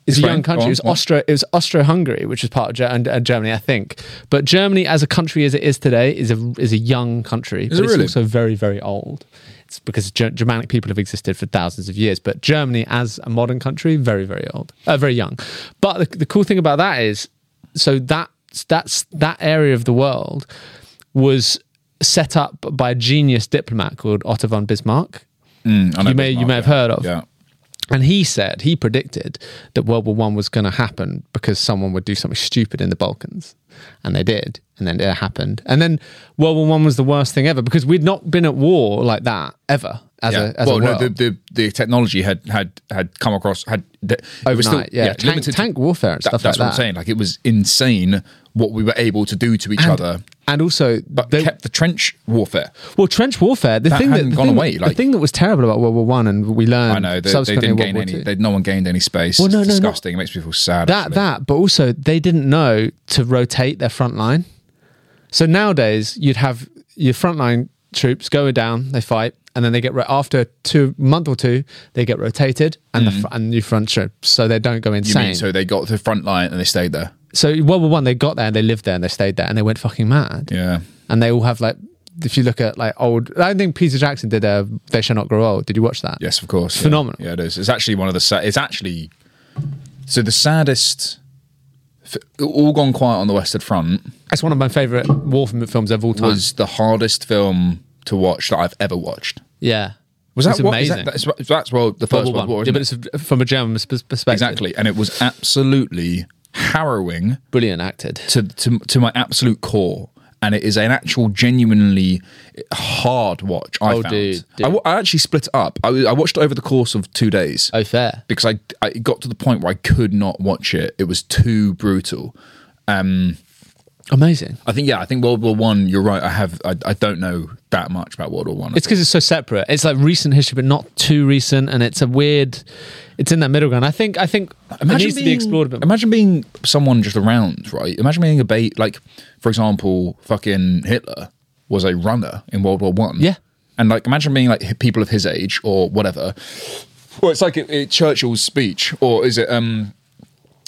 A: It's a
B: Explain.
A: young country.
B: Go on.
A: It was Austro. It was Austro-Hungary, which is part of Ger- and, and Germany, I think. But Germany, as a country as it is today, is a is a young country.
B: Is
A: but
B: it really?
A: It's also very very old. It's because Ger- Germanic people have existed for thousands of years. But Germany, as a modern country, very very old, uh, very young. But the, the cool thing about that is, so that that's that area of the world was set up by a genius diplomat called Otto von Bismarck
B: Mm, I know
A: You may-
B: Bismarck,
A: you may have
B: yeah.
A: heard of.
B: Yeah.
A: and he said he predicted that World War One was going to happen because someone would do something stupid in the Balkans, and they did, and then it happened, and then World War One was the worst thing ever because we'd not been at war like that ever as
B: yeah.
A: a as
B: well,
A: a
B: no,
A: world.
B: the, the the technology had had had come across had the, it was
A: Overnight, yeah, tank,
B: limited to-
A: tank warfare and
B: That-
A: stuff
B: that's
A: like
B: what
A: that.
B: I'm saying. Like it was insane what we were able to do to each other,
A: And also,
B: but
A: they-
B: kept the trench warfare.
A: well, trench warfare. The
B: That
A: thing that
B: hadn't
A: the
B: gone
A: thing,
B: away,
A: that- the
B: like-
A: thing that was terrible about World War One, and we learned.
B: I know they, they
A: subsequently
B: didn't
A: in World
B: gain
A: War
B: any.
A: Two.
B: They, no one gained any space.
A: Well, no,
B: it's
A: no, no.
B: disgusting. It makes me feel sad.
A: that
B: actually.
A: that but also they didn't know to rotate their front line so nowadays you'd have your frontline troops go down they fight and then they get ro- after two month or two they get rotated and the fr- and new front troops so they don't go
B: Mm-hmm. you
A: insane
B: mean so they got to the front line and they stayed there.
A: so world war one they got there and they lived there and they stayed there and they went fucking mad
B: Yeah.
A: and they all have like if you look at like old i don't think peter jackson did uh, they shall not grow old did you watch that
B: Yes, of course. yeah.
A: Phenomenal.
B: Yeah, it is. It's actually one of the. Sa- it's actually so the saddest. f- All gone quiet on the Western Front
A: that's one of my favorite war film- films of all time
B: was the hardest film to watch that I've ever watched.
A: yeah
B: Was that
A: It's
B: what- is
A: amazing
B: that- that's, that's well the first
A: World War
B: World War,
A: One.
B: isn't
A: Yeah, but
B: it?
A: it's from a German pers- perspective.
B: exactly, and it was absolutely harrowing
A: Brilliant acted.
B: to, to to my absolute core, and it is an actual genuinely hard watch. I
A: Oh,
B: found.
A: dude, dude.
B: I, wa- I actually split it up. I, I watched it over the course of two days.
A: Oh, fair.
B: because I, I it got to the point where I could not watch it. It was too brutal.
A: Amazing.
B: I think yeah, I think World War One. You're right. I have I, I don't know that much about World War One.
A: It's because it's so separate. It's like recent history, but not too recent, and it's a weird. It's in that middle ground. I think. I think it needs to be explored a bit. More.
B: Imagine being someone just around, right? Imagine being a bait like, for example, fucking Hitler was a runner in World War One.
A: Yeah.
B: and like imagine being like hi- people of his age or whatever. Well, it's like it, it, Churchill's speech, or is it um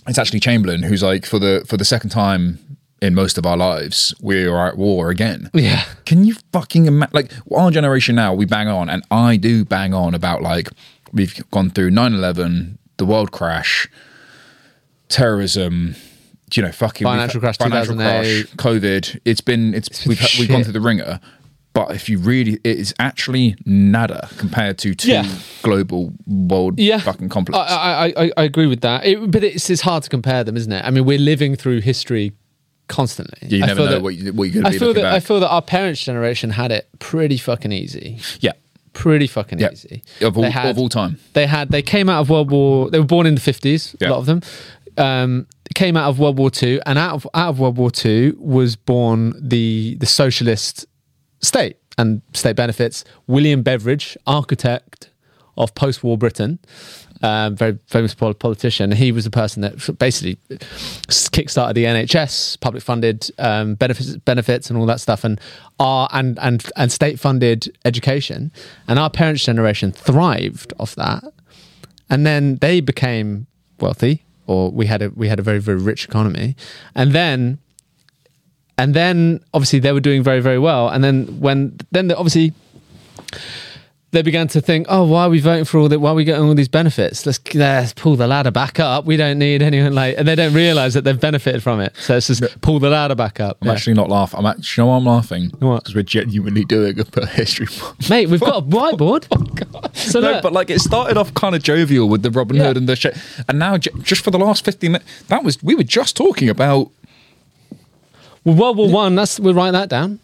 B: it's actually Chamberlain who's like for the for the second time in most of our lives we are at war again.
A: Yeah.
B: Can you fucking imagine? Like our generation now, we bang on, and I do bang on about like we've gone through 9-11, the world crash, terrorism. You know, fucking we've
A: Financial crash
B: had-
A: 2008.
B: COVID. It's been it's,
A: been
B: we've had- we've gone
A: shit.
B: through the ringer. But if you really, it is actually nada compared to two
A: Yeah.
B: global world
A: Yeah,
B: fucking complex.
A: I I, I, I agree with that. It, but it's it's hard to compare them, isn't it? I mean, we're living through history constantly.
B: Yeah, you
A: I
B: never
A: feel
B: know
A: that-
B: what, you, what you're going
A: I
B: to be
A: feel
B: looking
A: that
B: back.
A: I feel that our parents' generation had it pretty fucking easy.
B: yeah,
A: pretty fucking
B: Yeah.
A: easy.
B: Of all-
A: They had-
B: of all time.
A: They had they came out of World War. They were born in the fifties.
B: Yeah.
A: A lot of them um, came out of World War Two, and out of out of World War Two was born the the socialist state and state benefits. William Beveridge, architect of post-war Britain, um, very famous pol- politician. He was the person that basically kickstarted the NHS, public-funded um, benefits, benefits, and all that stuff, and our and and and state-funded education. And our parents' generation thrived off that, and then they became wealthy, or we had a we had a very very rich economy, and then and then obviously they were doing very very well and then when then they obviously they began to think oh why are we voting for all that why are we getting all these benefits let's let's pull the ladder back up we don't need anyone like and they don't realize that they've benefited from it so it's just pull the ladder back up
B: I'm
A: Yeah.
B: actually not laughing. I'm actually, you know why I'm laughing?
A: What?
B: Because we're genuinely doing a bit of history.
A: mate we've got a whiteboard so
B: Oh no,
A: look,
B: but like it started off kind of jovial with the Robin Hood
A: Yeah.
B: and the shit, and now ju- just for the last 15 minutes, that was we were just talking about.
A: well, world war one that's we'll write that down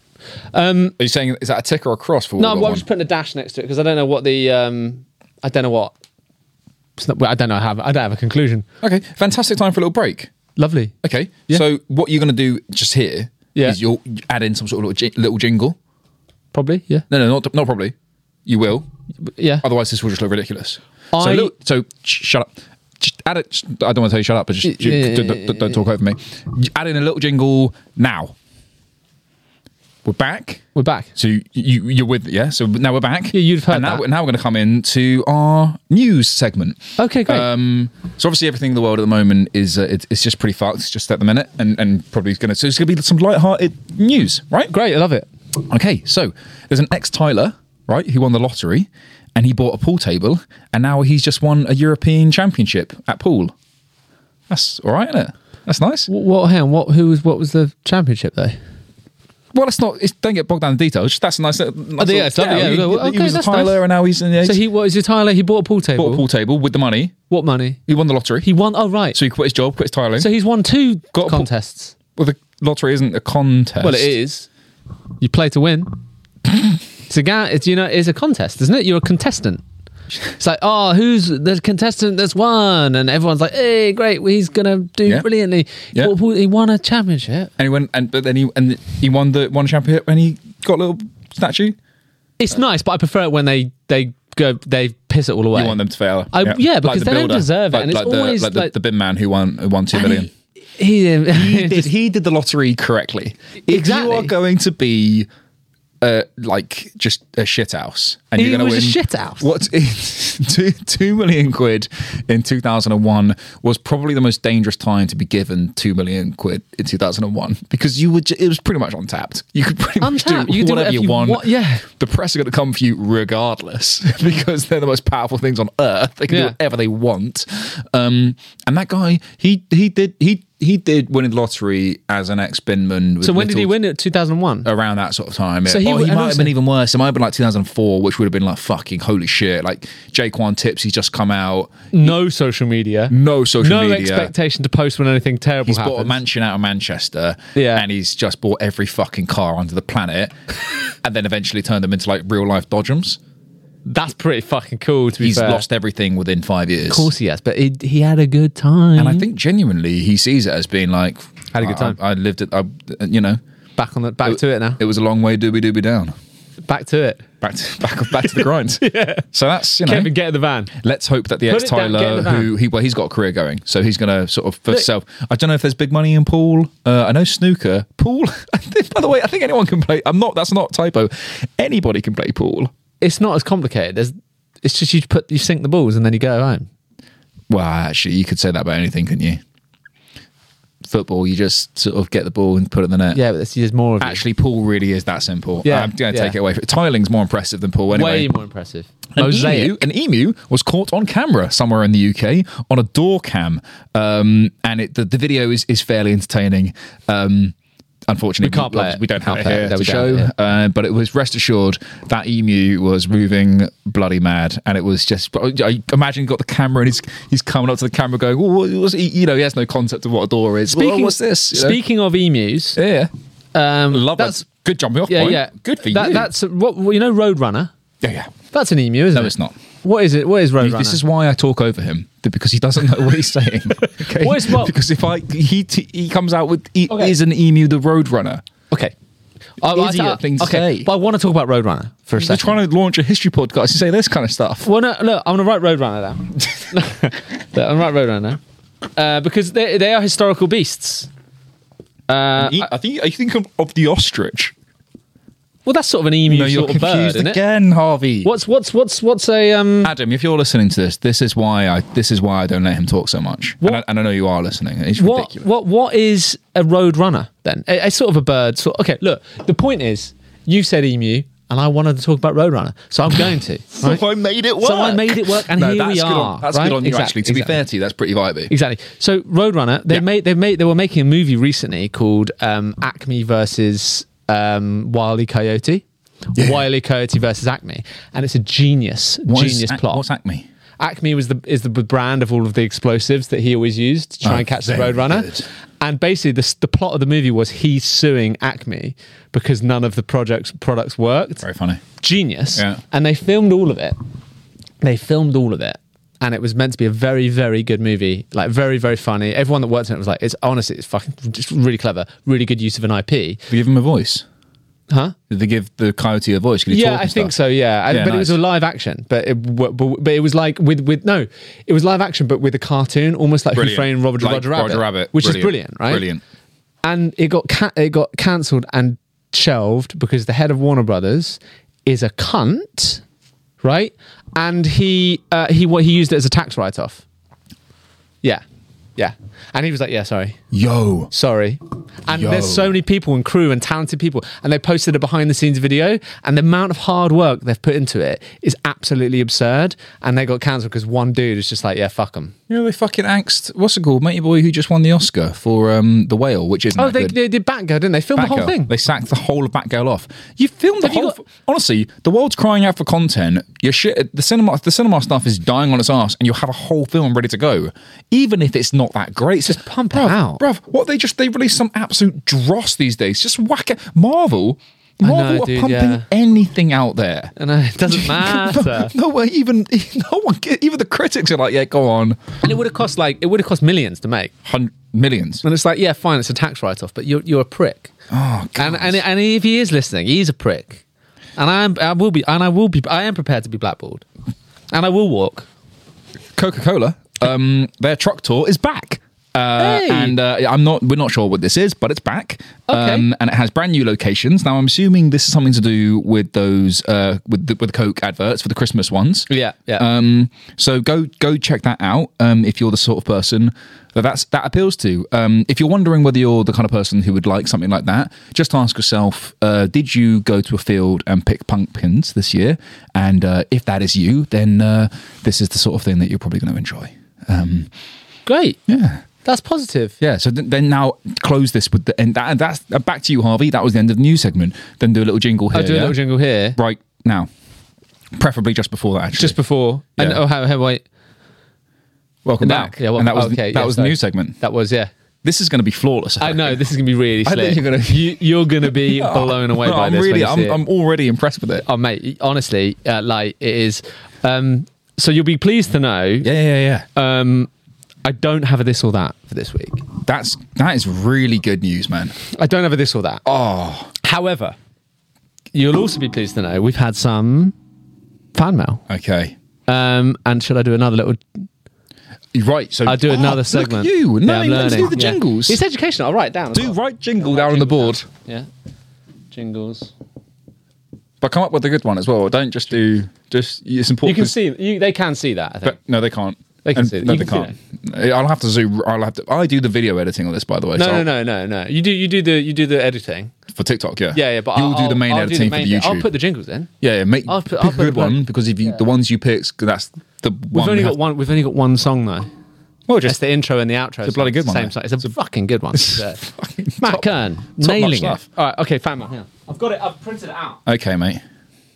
B: Are you saying is that a tick or a cross for
A: no
B: World
A: i'm
B: War
A: I'm just putting a dash next to it because i don't know what the um i don't know what it's not, well, i don't know I have i don't have a conclusion
B: One? Okay, fantastic time for a little break.
A: lovely
B: Okay,
A: Yeah.
B: so what you're going to do just here
A: Yeah.
B: is you'll add in some sort of little, ji- little jingle.
A: probably yeah
B: No, no, not not probably. You will.
A: yeah
B: Otherwise, this will just look ridiculous. so,
A: I-
B: little, so sh- shut up. Just add it. I don't want to tell you shut up, but just
A: Yeah, yeah,
B: don't, don't- don't talk over me. Add in a little jingle now. we're back.
A: We're back.
B: So you, you you're with yeah. So now we're back.
A: Yeah, you've heard
B: and now,
A: that.
B: now we're going to come into our news segment.
A: Okay, great.
B: Um, so obviously everything in the world at the moment is uh, it's it's just pretty fucked just at the minute, and and probably going to so it's going to be some light-hearted news, right?
A: Great, I love it.
B: Okay, so there's an ex Tyler, right, who won the lottery, and he bought a pool table, and now he's just won a European Championship at pool. That's all right, isn't it? That's nice.
A: What, what hang on, what who was what was the championship though?
B: Well, that's not. It's, don't get bogged down in details. Just that's a nice. little- nice
A: Oh, yeah,
B: little-
A: it's lovely, yeah.
B: he-
A: Well,
B: he
A: okay,
B: was a
A: that's
B: Tyler,
A: nice.
B: and now he's in the.
A: So he what is it Tyler? He bought a pool table.
B: bought a pool table with the money.
A: What money?
B: He won the lottery,
A: He won oh right.
B: so he quit his job, quit his tiling.
A: So he's won two
B: Got a pool-
A: contests.
B: well, the lottery isn't a contest.
A: Well, it is. You play to win. it's a ga- it's you know it's a contest, isn't it? You're a contestant. It's like oh, who's the contestant that's won, and everyone's like, hey, great, well, he's gonna do
B: Yeah.
A: brilliantly.
B: Yeah.
A: Well, well, he won a championship.
B: And he went, and but then he and he won the won a championship, and he got a little statue.
A: It's nice, but I prefer it when they they go they piss it all away.
B: You want them to fail.
A: I- yeah, because they don't deserve it,
B: Like,
A: and it's
B: like the,
A: always
B: like the,
A: like-
B: the bin man who won who won two
A: And
B: million.
A: He, he,
B: He did, he did the lottery correctly. If
A: Exactly.
B: you are going to be uh, like just a shit house, and
A: He
B: you're going
A: was
B: to
A: a
B: win
A: shithouse.
B: What two, two million quid in 2001 was probably the most dangerous time to be given two million quid in 2001 because you were ju- it was pretty much untapped. You could pretty much do
A: Untapped.
B: whatever
A: You could do whatever
B: you,
A: you
B: want.
A: want. Yeah.
B: the press are going to come for you regardless because they're the most powerful things on earth. They can do
A: Yeah.
B: whatever they want. Um, and that guy, he he did he he did win the lottery as an ex binman.
A: so when did he win it? Two thousand one.
B: Around that sort of time,
A: So
B: so he,
A: he
B: oh,
A: w-
B: he
A: and
B: might have been
A: also-
B: even worse. It might have been like 2004, which would have been like fucking holy shit. Like Jaquan Tips, he's just come out,
A: No social media.
B: no social
A: No
B: media.
A: expectation to post when anything terrible
B: He's bought a
A: happens.
B: mansion out of Manchester,
A: Yeah.
B: and he's just bought every fucking car under the planet, and then eventually turned them into like real life Dodgems.
A: That's pretty fucking cool. To be
B: He's
A: fair.
B: lost everything within five years.
A: Of course he has, but he, he had a good time.
B: And I think genuinely he sees it as being like,
A: Had a good
B: I-
A: time.
B: I, I lived it. I, you know,
A: back on the back to it now.
B: it was a long way dooby dooby down.
A: back to it.
B: Back to back back to the grind. yeah. So that's you know.
A: Kevin, get in the van.
B: Let's hope that the
A: Put
B: ex
A: it down, get in
B: Tyler,
A: the van.
B: who he well, he's got a career going, so he's going to sort of for
A: Look-
B: self. I don't know if there's big money in pool. Uh, I know snooker, pool. I think- By the way, I think anyone can play. I'm not. That's not typo. Anybody can play pool.
A: It's not as complicated. There's, it's just you put you sink the balls and then you go home.
B: Well, actually, you could say that about anything, couldn't you? Football, you just sort of get the ball and put it in the net.
A: Yeah, but there's, there's more of it.
B: Actually, pool really is that simple.
A: Yeah,
B: I'm going to
A: yeah.
B: take it away. From it. Tiling's more impressive than pool anyway.
A: Way more impressive.
B: An
A: Mosaic.
B: emu, an emu was caught on camera somewhere in the UK on a door cam, um, and it, the, the video is, is fairly entertaining. Um, unfortunately,
A: We can't play it.
B: we don't have
A: Can't
B: it
A: play it.
B: here
A: No,
B: to
A: we
B: show,
A: don't, yeah.
B: uh, but it was rest assured that emu was moving bloody mad, and it was just. I imagine he got the camera and he's he's coming up to the camera going, "Oh, what- what's, you know, he has no concept of what a door is. Speaking, what's this? You know?
A: Speaking of emus,
B: yeah,
A: um,
B: love
A: that's,
B: it. Good jumping off
A: Yeah,
B: point.
A: yeah.
B: good for
A: that,
B: you.
A: That's what well, you know. Roadrunner.
B: yeah, yeah.
A: That's an emu, isn't it?
B: No, it's not.
A: What is it? What is Roadrunner?
B: This is why I talk over him th- because he doesn't know what he's saying. Okay?
A: What is what-
B: Because if I he t- he comes out with he
A: Okay.
B: is an emu the roadrunner.
A: okay. I,
B: Idiot thing to
A: okay,
B: say.
A: but I want to talk about Roadrunner for a
B: We're
A: second.
B: trying to launch a history podcast and say this kind of stuff.
A: Well, no, look, I'm gonna write Roadrunner down. Look, I'm gonna write Roadrunner uh, because they they are historical beasts. Uh,
B: I, think I think of, of the ostrich.
A: well, that's sort of an emu
B: No, you're
A: sort of bird,
B: confused
A: isn't it?
B: again, Harvey.
A: What's what's what's what's a um?
B: Adam, if you're listening to this, this is why I this is why I don't let him talk so much. And I, and I know you are listening. It's
A: what
B: ridiculous.
A: what what is a roadrunner then? A, a sort of a bird. Sort, okay, look. The point is, you said emu, and I wanted to talk about roadrunner, so I'm going to. right?
B: I made it
A: So I made it work, and
B: no,
A: here
B: that's
A: we
B: good
A: are.
B: on- that's
A: right?
B: good on you,
A: Exact-
B: actually. To
A: exactly.
B: be fair to you, that's pretty vibey.
A: Exactly. So Roadrunner, they
B: Yeah.
A: made they made they were making a movie recently called um, Acme versus um, Wile E. Coyote. Wiley Wile E. Coyote versus Acme, and it's a genius,
B: What is
A: genius
B: Ac-
A: plot.
B: What's Acme?
A: Acme was the is the brand of all of the explosives that he always used to try
B: Oh,
A: and catch the
B: very
A: Roadrunner.
B: good.
A: And basically, the s- the plot of the movie was he's suing Acme because none of the projects products worked
B: Very funny.
A: genius.
B: Yeah.
A: And they filmed all of it. They filmed all of it. And it was meant to be a very, very good movie. Like very, very funny. Everyone that worked on it was like, it's honestly, it's fucking just really clever. Really good use of an IP.
B: Give him a voice.
A: Huh?
B: Did they give the coyote a voice? Could he
A: yeah,
B: talk
A: I
B: and
A: think
B: stuff?
A: so. Yeah, I-
B: Yeah,
A: but it was
B: nice.
A: a live action. But it, w- but, but it was like with with no, it was live action, but with a cartoon, almost like Who
B: Brilliant.
A: Framed Roger,
B: Like
A: Roger Rabbit,
B: Roger Rabbit.
A: which is
B: Brilliant.
A: brilliant, right?
B: Brilliant.
A: And it got ca- it got cancelled and shelved because the head of Warner Brothers is a cunt, right? And he uh, he what he used it as a tax write off. Yeah, yeah. And he was like, yeah, sorry,
B: Yo,
A: sorry. And
B: Yo.
A: there's so many people and crew and talented people, and they posted a behind the scenes video, and the amount of hard work they've put into it is absolutely absurd. And they got cancelled because one dude is just like, yeah, fuck them.
B: you know they fucking axed what's it called, matey boy who just won the Oscar for um, the whale, which isn't
A: Oh,
B: that
A: they,
B: good.
A: they did Batgirl, didn't they? Filmed the whole
B: Batgirl.
A: thing.
B: They sacked the whole of Batgirl off. You filmed the
A: Have you
B: whole.
A: got-
B: honestly, the world's crying out for content. Your shit. The cinema. The cinema stuff is dying on its ass, and you have a whole film ready to go, even if it's not that great. It's
A: Just pump it
B: bruv,
A: out.
B: bruv. What they just they release some absolute dross these days. Just whack it. Marvel.
A: know,
B: Marvel are
A: dude,
B: pumping
A: yeah.
B: anything out there.
A: And uh, it doesn't matter.
B: no way. Even no one. Even the critics are like, yeah, go on.
A: and it would have cost like it would have cost millions to make.
B: Hun- millions.
A: And it's like, yeah, fine, it's a tax write-off, but you're you're a prick.
B: Oh, God.
A: And and and if he is listening, he's a prick. And I am I will be and I will be I am prepared to be blackballed. And I will walk.
B: Coca Cola, um, their truck tour is back. Uh,
A: Hey.
B: And uh, I'm not. We're not sure what this is, but it's back, Um,
A: Okay.
B: and it has brand new locations. Now, I'm assuming this is something to do with those uh, with the, with the Coke adverts for the Christmas ones.
A: Yeah, yeah.
B: Um, so go go check that out um, if you're the sort of person that that's, that appeals to. Um, if you're wondering whether you're the kind of person who would like something like that, just ask yourself: uh, Did you go to a field and pick pumpkins this year? And uh, if that is you, then uh, this is the sort of thing that you're probably going to enjoy. Um,
A: Great.
B: yeah.
A: That's positive.
B: Yeah, so th- then now close this with the and, that, and that's uh, back to you, Harvey. That was the end of the news segment. Then do a little jingle here,
A: I do a
B: yeah?
A: little jingle here.
B: right now, preferably just before that. Actually,
A: Just before. And
B: Yeah.
A: oh how, how wait.
B: Welcome
A: now.
B: back.
A: Yeah, well, oh,
B: and that was
A: okay,
B: that
A: yeah,
B: was
A: sorry.
B: the news segment.
A: That was yeah.
B: This is going to be flawless.
A: I know this is gonna be really
B: I
A: slick.
B: think you're gonna-
A: you, you're gonna be blown away
B: No,
A: by
B: I'm
A: this. when
B: really,
A: you see
B: I'm,
A: it.
B: I'm already impressed with it.
A: oh mate, honestly, uh, like it is. Um, so you'll be pleased to know
B: Yeah, yeah, yeah.
A: um, I don't have a this or that for this week.
B: That's that is really good news, man.
A: I don't have a this or that.
B: Oh,
A: However, you'll also be pleased to know we've had some fan mail.
B: okay.
A: Um, and should I do another little?
B: You're Right, so
A: I'll do
B: Oh,
A: another
B: look at
A: segment.
B: you
A: Yeah,
B: no,
A: I'm
B: let's do
A: learning.
B: the
A: Yeah.
B: jingles.
A: It's educational. I'll write it down. as
B: do
A: well.
B: write jingle down on the board,
A: Yeah, jingles.
B: but come up with a good one as well. Don't just do just. It's
A: You
B: important.
A: can
B: to-
A: see. You, they can see that. I think.
B: but no, they can't.
A: They can
B: And-
A: see that.
B: No,
A: You
B: they
A: can
B: can't.
A: see
B: I'll have to zoom. I'll have to. I do the video editing on this, by the way. so
A: no,
B: I'll-
A: no, no, no, no. You do. You do the. You do the editing.
B: For TikTok, yeah.
A: Yeah, yeah. But
B: you'll
A: I'll,
B: do the main
A: I'll
B: editing
A: main
B: for the
A: bit.
B: YouTube.
A: I'll put the jingles in.
B: Yeah, yeah make
A: I'll put-
B: pick
A: I'll
B: a
A: put
B: good
A: the-
B: one because if you the ones you pick, that's the
A: We've
B: one.
A: only
B: we
A: got
B: have-
A: one. We've only got one song though.
B: Well,
A: Just
B: just
A: the intro and the outro. It's
B: a bloody good one,
A: Same
B: though.
A: song. It's a fucking good one. Yeah.
B: fucking
A: Matt
B: top-
A: Kern
B: top-notch
A: nailing it.
B: stuff.
A: All right, okay, fan mail. Hang on. I've got it. I've printed it out
B: okay, mate.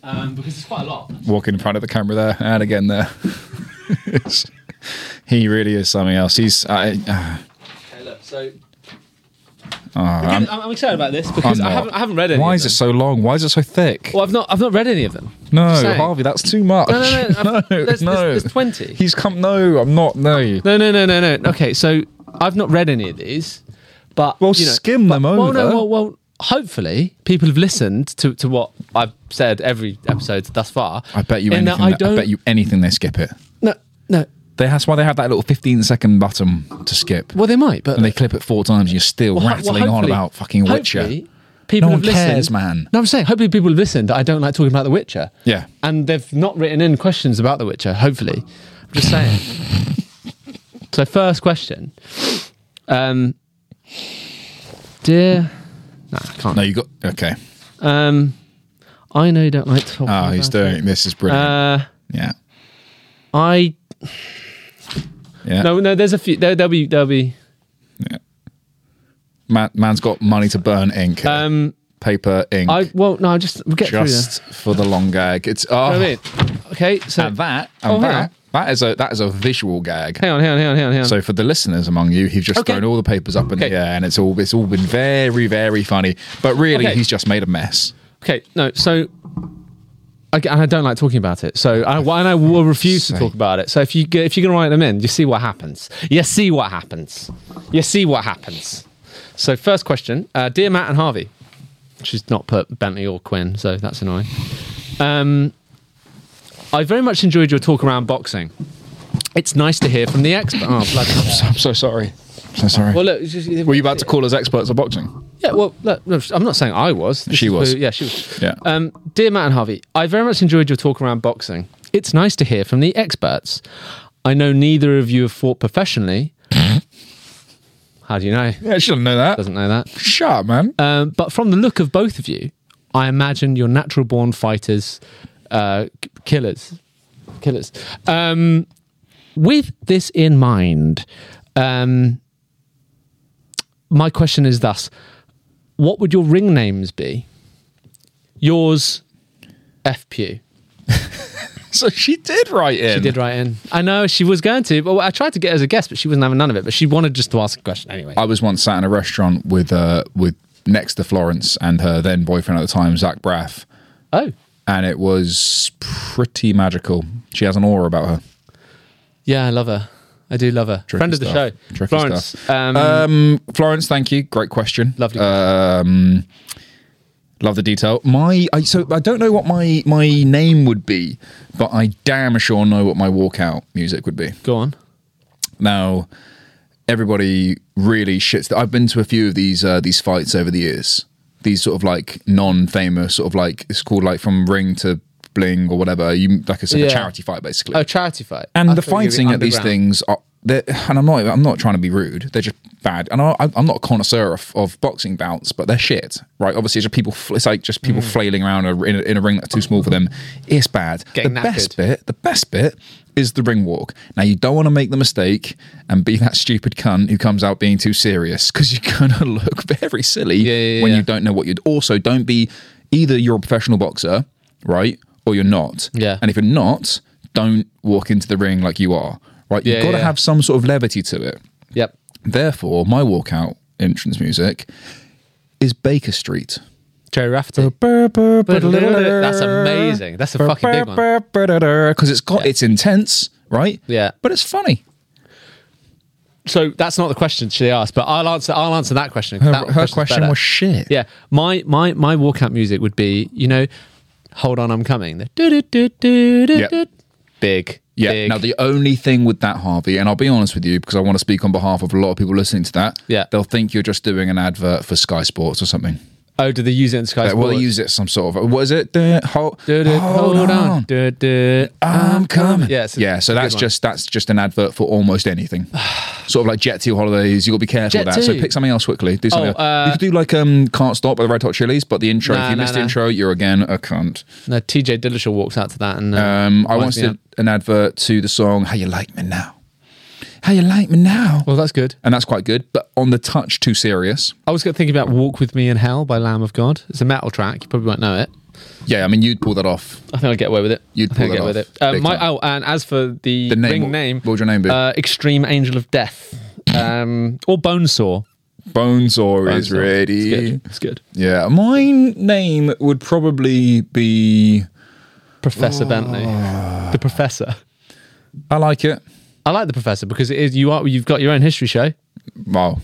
A: um, because it's quite a lot.
B: Walking in front of the camera there and again there. It's- he really is something else. He's I, uh,
A: Okay, look. So
B: oh, I'm,
A: I'm, I'm excited about this because
B: I'm
A: I
B: not.
A: haven't, I haven't read any.
B: why
A: of
B: is it
A: them.
B: so long? Why is it so thick?
A: Well, I've not. I've not read any of them.
B: no,
A: Just saying.
B: Harvey, that's too much.
A: No, no, no. I've-
B: no,
A: there's-
B: no.
A: there's- there's 20.
B: He's come. No, I'm not. No.
A: No, no, no, no, no. Okay, so I've not read any of these, but
B: Well,
A: you know,
B: skim them over.
A: Well, no, well, well, hopefully people have listened to, to what I've said every episode thus far.
B: I bet you
A: in
B: anything.
A: that I
B: that-
A: don't.
B: I bet you anything they skip it.
A: No, no.
B: They, that's why they have that little 15 second button to skip.
A: Well, they might, but
B: and they clip it four times and you're still
A: Well, ho- well,
B: rattling on
A: hopefully-
B: about fucking Witcher.
A: hopefully People
B: No
A: have
B: one cares,
A: listened.
B: man.
A: No, I'm saying hopefully people have listened. I don't like talking about The Witcher.
B: Yeah.
A: and they've not written in questions about The Witcher. Hopefully, I'm just saying. so, first question, um, dear, no, I can't.
B: No, you got okay.
A: Um, I know you don't like talking.
B: Oh, he's
A: about
B: doing this is
A: it.
B: brilliant.
A: Uh,
B: yeah,
A: I
B: yeah.
A: no no. There's a few. There, there'll be there'll be.
B: Man, man's got money to burn ink,
A: Um,
B: paper ink,
A: I well no. Just we'll get
B: just for the long gag. It's oh,
A: through. There. You know what I mean, okay. So
B: and that and
A: Oh, hang
B: that
A: on.
B: that is a that is a visual gag.
A: hang on, hang on, hang on, hang on, hang on.
B: So for the listeners among you, he's just
A: Okay.
B: thrown all the papers up in
A: Okay.
B: the air, and it's all it's all been very very funny. But really,
A: Okay.
B: he's just made a mess.
A: Okay, no, so I, and I don't like talking about it. So I, and I will refuse to
B: sake.
A: talk about it. So if you get- if you're gonna write them in, you see what happens. You see what happens. You see what happens. So first question, uh, dear Matt and Harvey, she's not put Bentley or Quinn, so that's annoying. Um, I very much enjoyed your talk around boxing. It's nice to hear from the expert. Oh, bloody hell.
B: I'm so sorry. I'm so sorry.
A: Well, look, it's just,
B: Were you about to call us experts of boxing?
A: Yeah, well, look, look, I'm not saying I was. This
B: She
A: is
B: was.
A: who- yeah, she was.
B: Yeah.
A: Um, Dear Matt and Harvey, I very much enjoyed your talk around boxing. It's nice to hear from the experts. I know neither of you have fought professionally. How do you know?
B: Yeah, she doesn't know that.
A: Doesn't know that.
B: Shut up, man.
A: Um, but from the look of both of you, I imagine you're natural born fighters, uh, k- killers, killers. Um, with this in mind, um, my question is thus: What would your ring names be? Yours, FPU.
B: So she did write in.
A: She did write in. I know she was going to, but I tried to get her as a guest, but she wasn't having none of it. But she wanted just to ask a question anyway.
B: I was once sat in a restaurant with uh with next to Florence and her then boyfriend at the time, Zach Braff,
A: Oh,
B: and it was pretty magical. She has an aura about her.
A: yeah, I love her. I do love her.
B: Tricky
A: Friend of the
B: stuff.
A: show,
B: Tricky
A: Florence.
B: stuff.
A: Um,
B: Um, Florence, thank you. Great question.
A: Lovely
B: Um, love the detail. My I, so I don't know what my my name would be, but I damn sure know what my walkout music would be.
A: Go on.
B: Now, everybody really shits. I've been to a few of these uh, these fights over the years. These sort of like non-famous, sort of like it's called like from ring to bling or whatever. You like it's like
A: Yeah.
B: a charity fight basically.
A: Oh, charity fight.
B: and
A: I
B: the
A: thought you were
B: fighting at these
A: underground.
B: things are. they're- And I'm not. I'm not trying to be rude. They're just bad. And I, I'm not a connoisseur of, of boxing bouts, but they're shit, right? Obviously, it's just people. fl- It's like just people
A: Hmm.
B: flailing around in a, in a ring that's too small for them. It's bad.
A: Getting
B: the
A: knackered.
B: best bit, the best bit is the ring walk. Now you don't want to make the mistake and be that stupid cunt who comes out being too serious because you're gonna look very silly
A: yeah, yeah,
B: when
A: yeah.
B: you don't know what you'd. Also, don't be either you're a professional boxer, right, or you're not.
A: Yeah.
B: And if you're not, don't walk into the ring like you are, right?
A: Yeah,
B: You've got to
A: yeah.
B: have some sort of levity to it.
A: Yep.
B: Therefore, my walkout entrance music is Baker Street.
A: Jerry Rafferty. That's amazing. That's a fucking big one.
B: Because it's got it's intense, right?
A: Yeah.
B: but it's funny.
A: So that's not the question she asked, but I'll answer. I'll answer that question.
B: Her,
A: That
B: her
A: question's
B: question
A: better.
B: was shit.
A: Yeah. My my my walkout music would be you know, hold on, I'm coming. The do do do do do
B: Yep.
A: do. Big.
B: Yeah.
A: Big.
B: Now the only thing with that, Harvey, and I'll be honest with you because I want to speak on behalf of a lot of people listening to that.
A: Yeah.
B: They'll think you're just doing an advert for Sky Sports or something.
A: oh, do they use it in Sky
B: Like,
A: Sports?
B: we'll use it some sort of. What is it? Do it, Hold, Uh,
A: do, do, hold, on. Do, do.
B: I'm coming.
A: Yeah, it's a
B: yeah. So
A: good
B: that's
A: one.
B: just that's just an advert for almost anything. sort of like Jet Two holidays. You got to be careful
A: Jet
B: with that. So
A: Two.
B: pick something else quickly. Do something.
A: Oh,
B: else.
A: uh,
B: you could do like um can't stop by the Red Hot Chilies, but the intro.
A: Nah,
B: if you
A: nah,
B: missed
A: nah.
B: the intro, you're again a cunt.
A: No, TJ Dillashaw walks out to that and uh,
B: Um, I
A: winds
B: once
A: me
B: did
A: up.
B: an advert to the song "How You Like Me Now." How you like me now?
A: Well, that's good.
B: and that's quite good. But on the touch, too serious.
A: I was thinking about "Walk with Me in Hell" by Lamb of God. It's a metal track. You probably won't know it.
B: Yeah, I mean, you'd pull that off.
A: I think I'll get away with it.
B: You'd
A: I think
B: pull
A: I'll
B: that
A: get
B: off.
A: away with it. Uh,
B: Big
A: my,
B: time.
A: oh, and as for the,
B: The name,
A: ring
B: what-
A: name,
B: what would your name be?
A: Uh, Extreme Angel of Death, um, or Bonesaw.
B: Bones or is
A: Bonesaw.
B: ready.
A: It's good. It's good.
B: Yeah, my name would probably be.
A: Professor Bentley,
B: Ah.
A: the Professor.
B: I like it.
A: I like the Professor because it is you are you've got your own history show.
B: Well,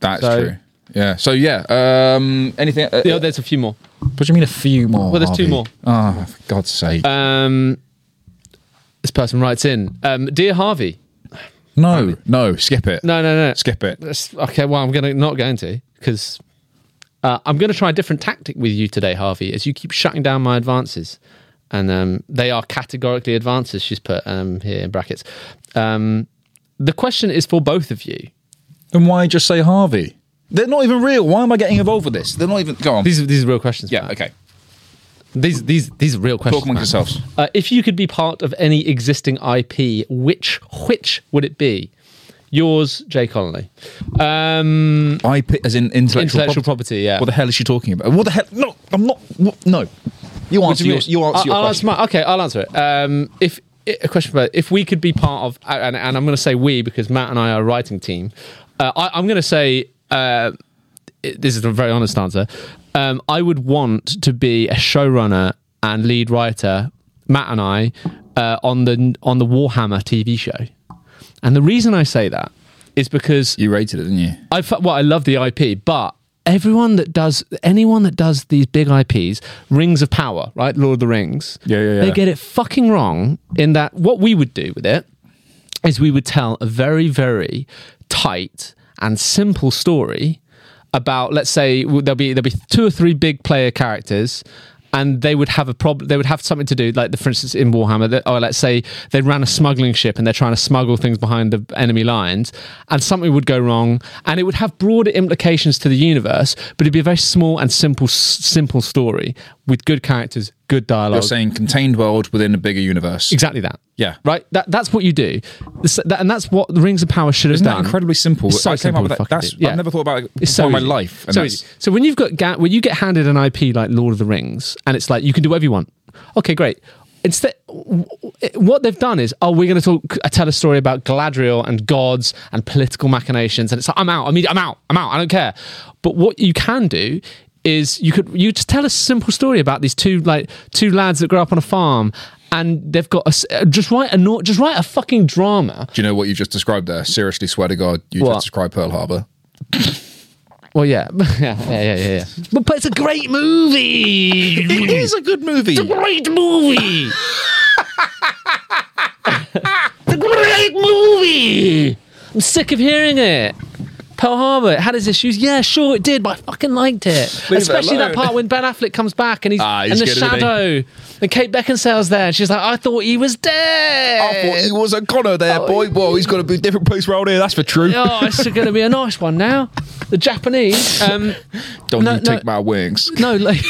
B: that's
A: So-
B: true. Yeah. So yeah. Um. Anything? Uh,
A: Yeah, there's a few more.
B: what do you mean a few more?
A: Well, there's two
B: Harvey?
A: more.
B: Oh, for God's sake!
A: Um, this person writes in, um, dear Harvey.
B: no, no, skip it.
A: No, no, no.
B: skip it.
A: That's- okay, well, I'm going to not going to because uh, I'm going to try a different tactic with you today, Harvey, as you keep shutting down my advances. And um, they are categorically advances, she's put um, here in brackets. Um, the question is for both of you.
B: And why just say Harvey? They're not even real. Why am I getting involved with this? They're not even. Go on.
A: These are, these are real questions.
B: yeah.
A: Matt.
B: Okay.
A: These, these, these are real questions.
B: Talk amongst
A: Matt.
B: yourselves.
A: Uh, if you could be part of any existing IP, which which would it be? Yours, Jay Connolly. Um,
B: IP as in intellectual,
A: Intellectual property, yeah.
B: What the hell is she talking about? What the hell? No, I'm not. What, no, you answer.
A: do
B: Your,
A: mean?
B: you answer
A: I'll,
B: your
A: I'll
B: question.
A: Answer my, okay, I'll answer it. Um, if i- a question about if we could be part of, and, and I'm going to say we because Matt and I are a writing team. Uh, I, I'm going to say uh, it- this is a very honest answer. Um, I would want to be a showrunner and lead writer, Matt and I, uh, on the on the Warhammer TV show. And the reason I say that is because
B: you rated it, didn't you?
A: I fe- well, I love the IP, but everyone that does anyone that does these big IPs, Rings of Power, right, Lord of the Rings,
B: Yeah, yeah, yeah.
A: they get it fucking wrong. In that, what we would do with it is we would tell a very, very tight and simple story about let's say w- there'll be there'll be two or three big player characters and they would have a problem they would have something to do like the, for instance in warhammer that, or let's say they ran a smuggling ship and they're trying to smuggle things behind the enemy lines and something would go wrong and it would have broader implications to the universe but it'd be a very small and simple s- simple story with good characters good
B: You're
A: dialogue
B: saying contained world within a bigger universe.
A: exactly that
B: Yeah.
A: right that, that's what you do This- that- and that's what the rings of power should have
B: Isn't that
A: done
B: incredibly simple?
A: It's so
B: I came
A: simple to
B: up with that.
A: fucking
B: That's,
A: do. Yeah.
B: I've never thought about it
A: It's
B: before
A: so
B: in my
A: easy.
B: life. and
A: so
B: that's-
A: easy. So when you've got ga- when you get handed an IP like Lord of the Rings, and it's like you can do whatever you want. Okay, great. Instead, w- w- what they've done is, oh, we're going to talk, uh, tell a story about Galadriel and gods and political machinations, and it's like I'm out. I mean, I'm out. I'm out. I don't care. But what you can do is you could you just tell a simple story about these two like two lads that grow up on a farm. And they've got a s- uh, just write a nor- just write a fucking drama.
B: Do you know what you just described there? Seriously, swear to God, you
A: What?
B: just described Pearl Harbor.
A: Well, yeah, yeah, yeah, yeah, yeah. yeah. But, but it's a great movie.
B: It is a good movie.
A: great movie. it's a great movie. I'm sick of hearing it. Pearl Harbor, it had its issues. Yeah, sure it did, but I fucking liked it.
B: Leave it
A: Especially that
B: alone.
A: part when Ben Affleck comes back and he's,
B: Ah, he's
A: in the
B: good, isn't he?
A: shadow. And Kate Beckinsale's there. And she's like, I thought he was
B: I thought
A: dead.
B: he was a goner there, boy. Whoa, he's got to be a different place around here. That's for true.
A: oh, it's going to be a nice one now. The Japanese. Um,
B: Don't
A: No,
B: you
A: no.
B: take my wings.
A: No, like,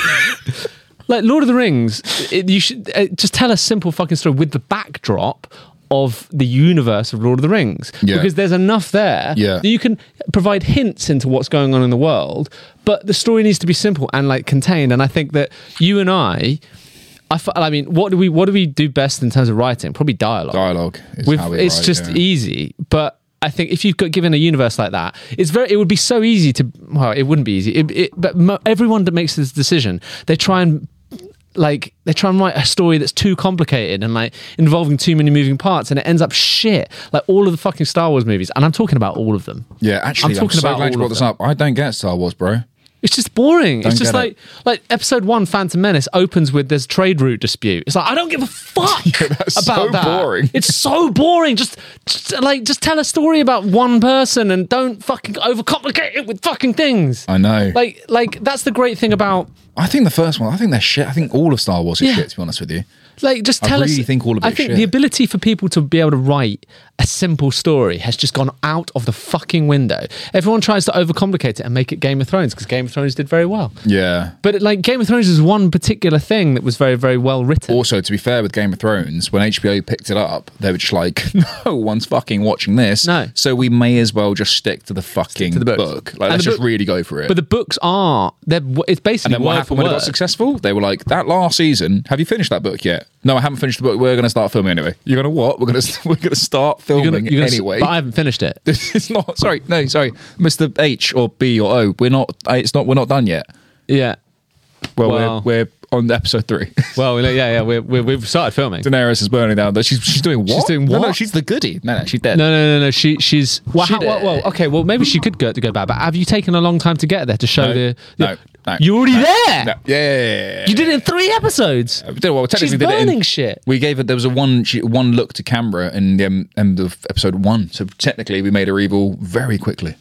A: like Lord of the Rings. It, you should uh, just tell a simple fucking story with the backdrop of the universe of Lord of the Rings,
B: Yeah.
A: because there's enough there
B: Yeah.
A: that you can provide hints into what's going on in the world. But the story needs to be simple and like contained. And I think that you and I. I, f- I mean, what do we what do we do best in terms of writing? Probably dialogue.
B: Dialogue is
A: We've-
B: how we
A: it's
B: write,
A: just e-
B: yeah.
A: easy but i think if you've got given a universe like that it's very it would be so easy to well it wouldn't be easy it, it, but mo- everyone that makes this decision they try and like they try and write a story that's too complicated and like involving too many moving parts and it ends up shit like all of the fucking star wars movies and i'm talking about all of them
B: Yeah, actually, I'm,
A: talking
B: so
A: about
B: glad
A: all
B: you brought
A: of
B: this
A: them.
B: up. I don't get Star Wars, bro.
A: it's just boring.
B: Don't
A: it's just
B: get
A: like
B: it.
A: like episode one, Phantom Menace opens with this trade route dispute. It's like I don't give a fuck
B: that's
A: about
B: so
A: that.
B: boring.
A: It's so boring. Just, just like just tell a story about one person and don't fucking overcomplicate it with fucking things.
B: I know.
A: Like like that's the great thing about
B: I think the first one. I think they're shit. I think all of Star Wars is
A: Yeah.
B: shit. To be honest with you,
A: like just
B: I
A: tell
B: really
A: us.
B: think all of
A: I
B: it's
A: think
B: shit.
A: the ability for people to be able to write a simple story has just gone out of the fucking window. Everyone tries to overcomplicate it and make it Game of Thrones because Game of Thrones did very well.
B: yeah.
A: But like Game of Thrones is one particular thing that was very, very well written.
B: Also, to be fair with Game of Thrones, when HBO picked it up, they were just like, "No one's fucking watching this."
A: No.
B: So we may as well just stick to the fucking
A: the books.
B: book.
A: And
B: Like, let's
A: the
B: just
A: book-
B: really go for it.
A: but the books are they're it's basically
B: And then what
A: word for
B: happened when it
A: word.
B: got successful? They were like, "That last season, have you finished that book yet?" No, I haven't finished the book. We're going to start filming anyway. You're going to what? We're going to we're going to start filming
A: You're gonna- you're gonna-
B: anyway.
A: but I haven't finished it.
B: this is not sorry. No, sorry, Mister H or B or O. We're not. uh, It's not. We're not done yet.
A: Yeah.
B: Well,
A: Wow.
B: we're, we're on episode three.
A: Well, yeah, yeah, we're, we're, we've started filming.
B: Daenerys is burning down. But she's she's doing what?
A: She's doing
B: No, no,
A: what?
B: she's the goody. No, no, she's dead.
A: No, no, no, no. She, she's. Well,
B: She
A: how, well,
B: did.
A: well, okay. Well, maybe she could go to go back. But have you taken a long time to get there to show
B: No,
A: the?
B: no, no,
A: You're already there.
B: No. Yeah.
A: You did it in three episodes.
B: We did- well, technically
A: She's
B: did it in-
A: burning shit.
B: We gave it. There was a one she, one look to camera in the um, end of episode one. So technically, we made her evil very quickly.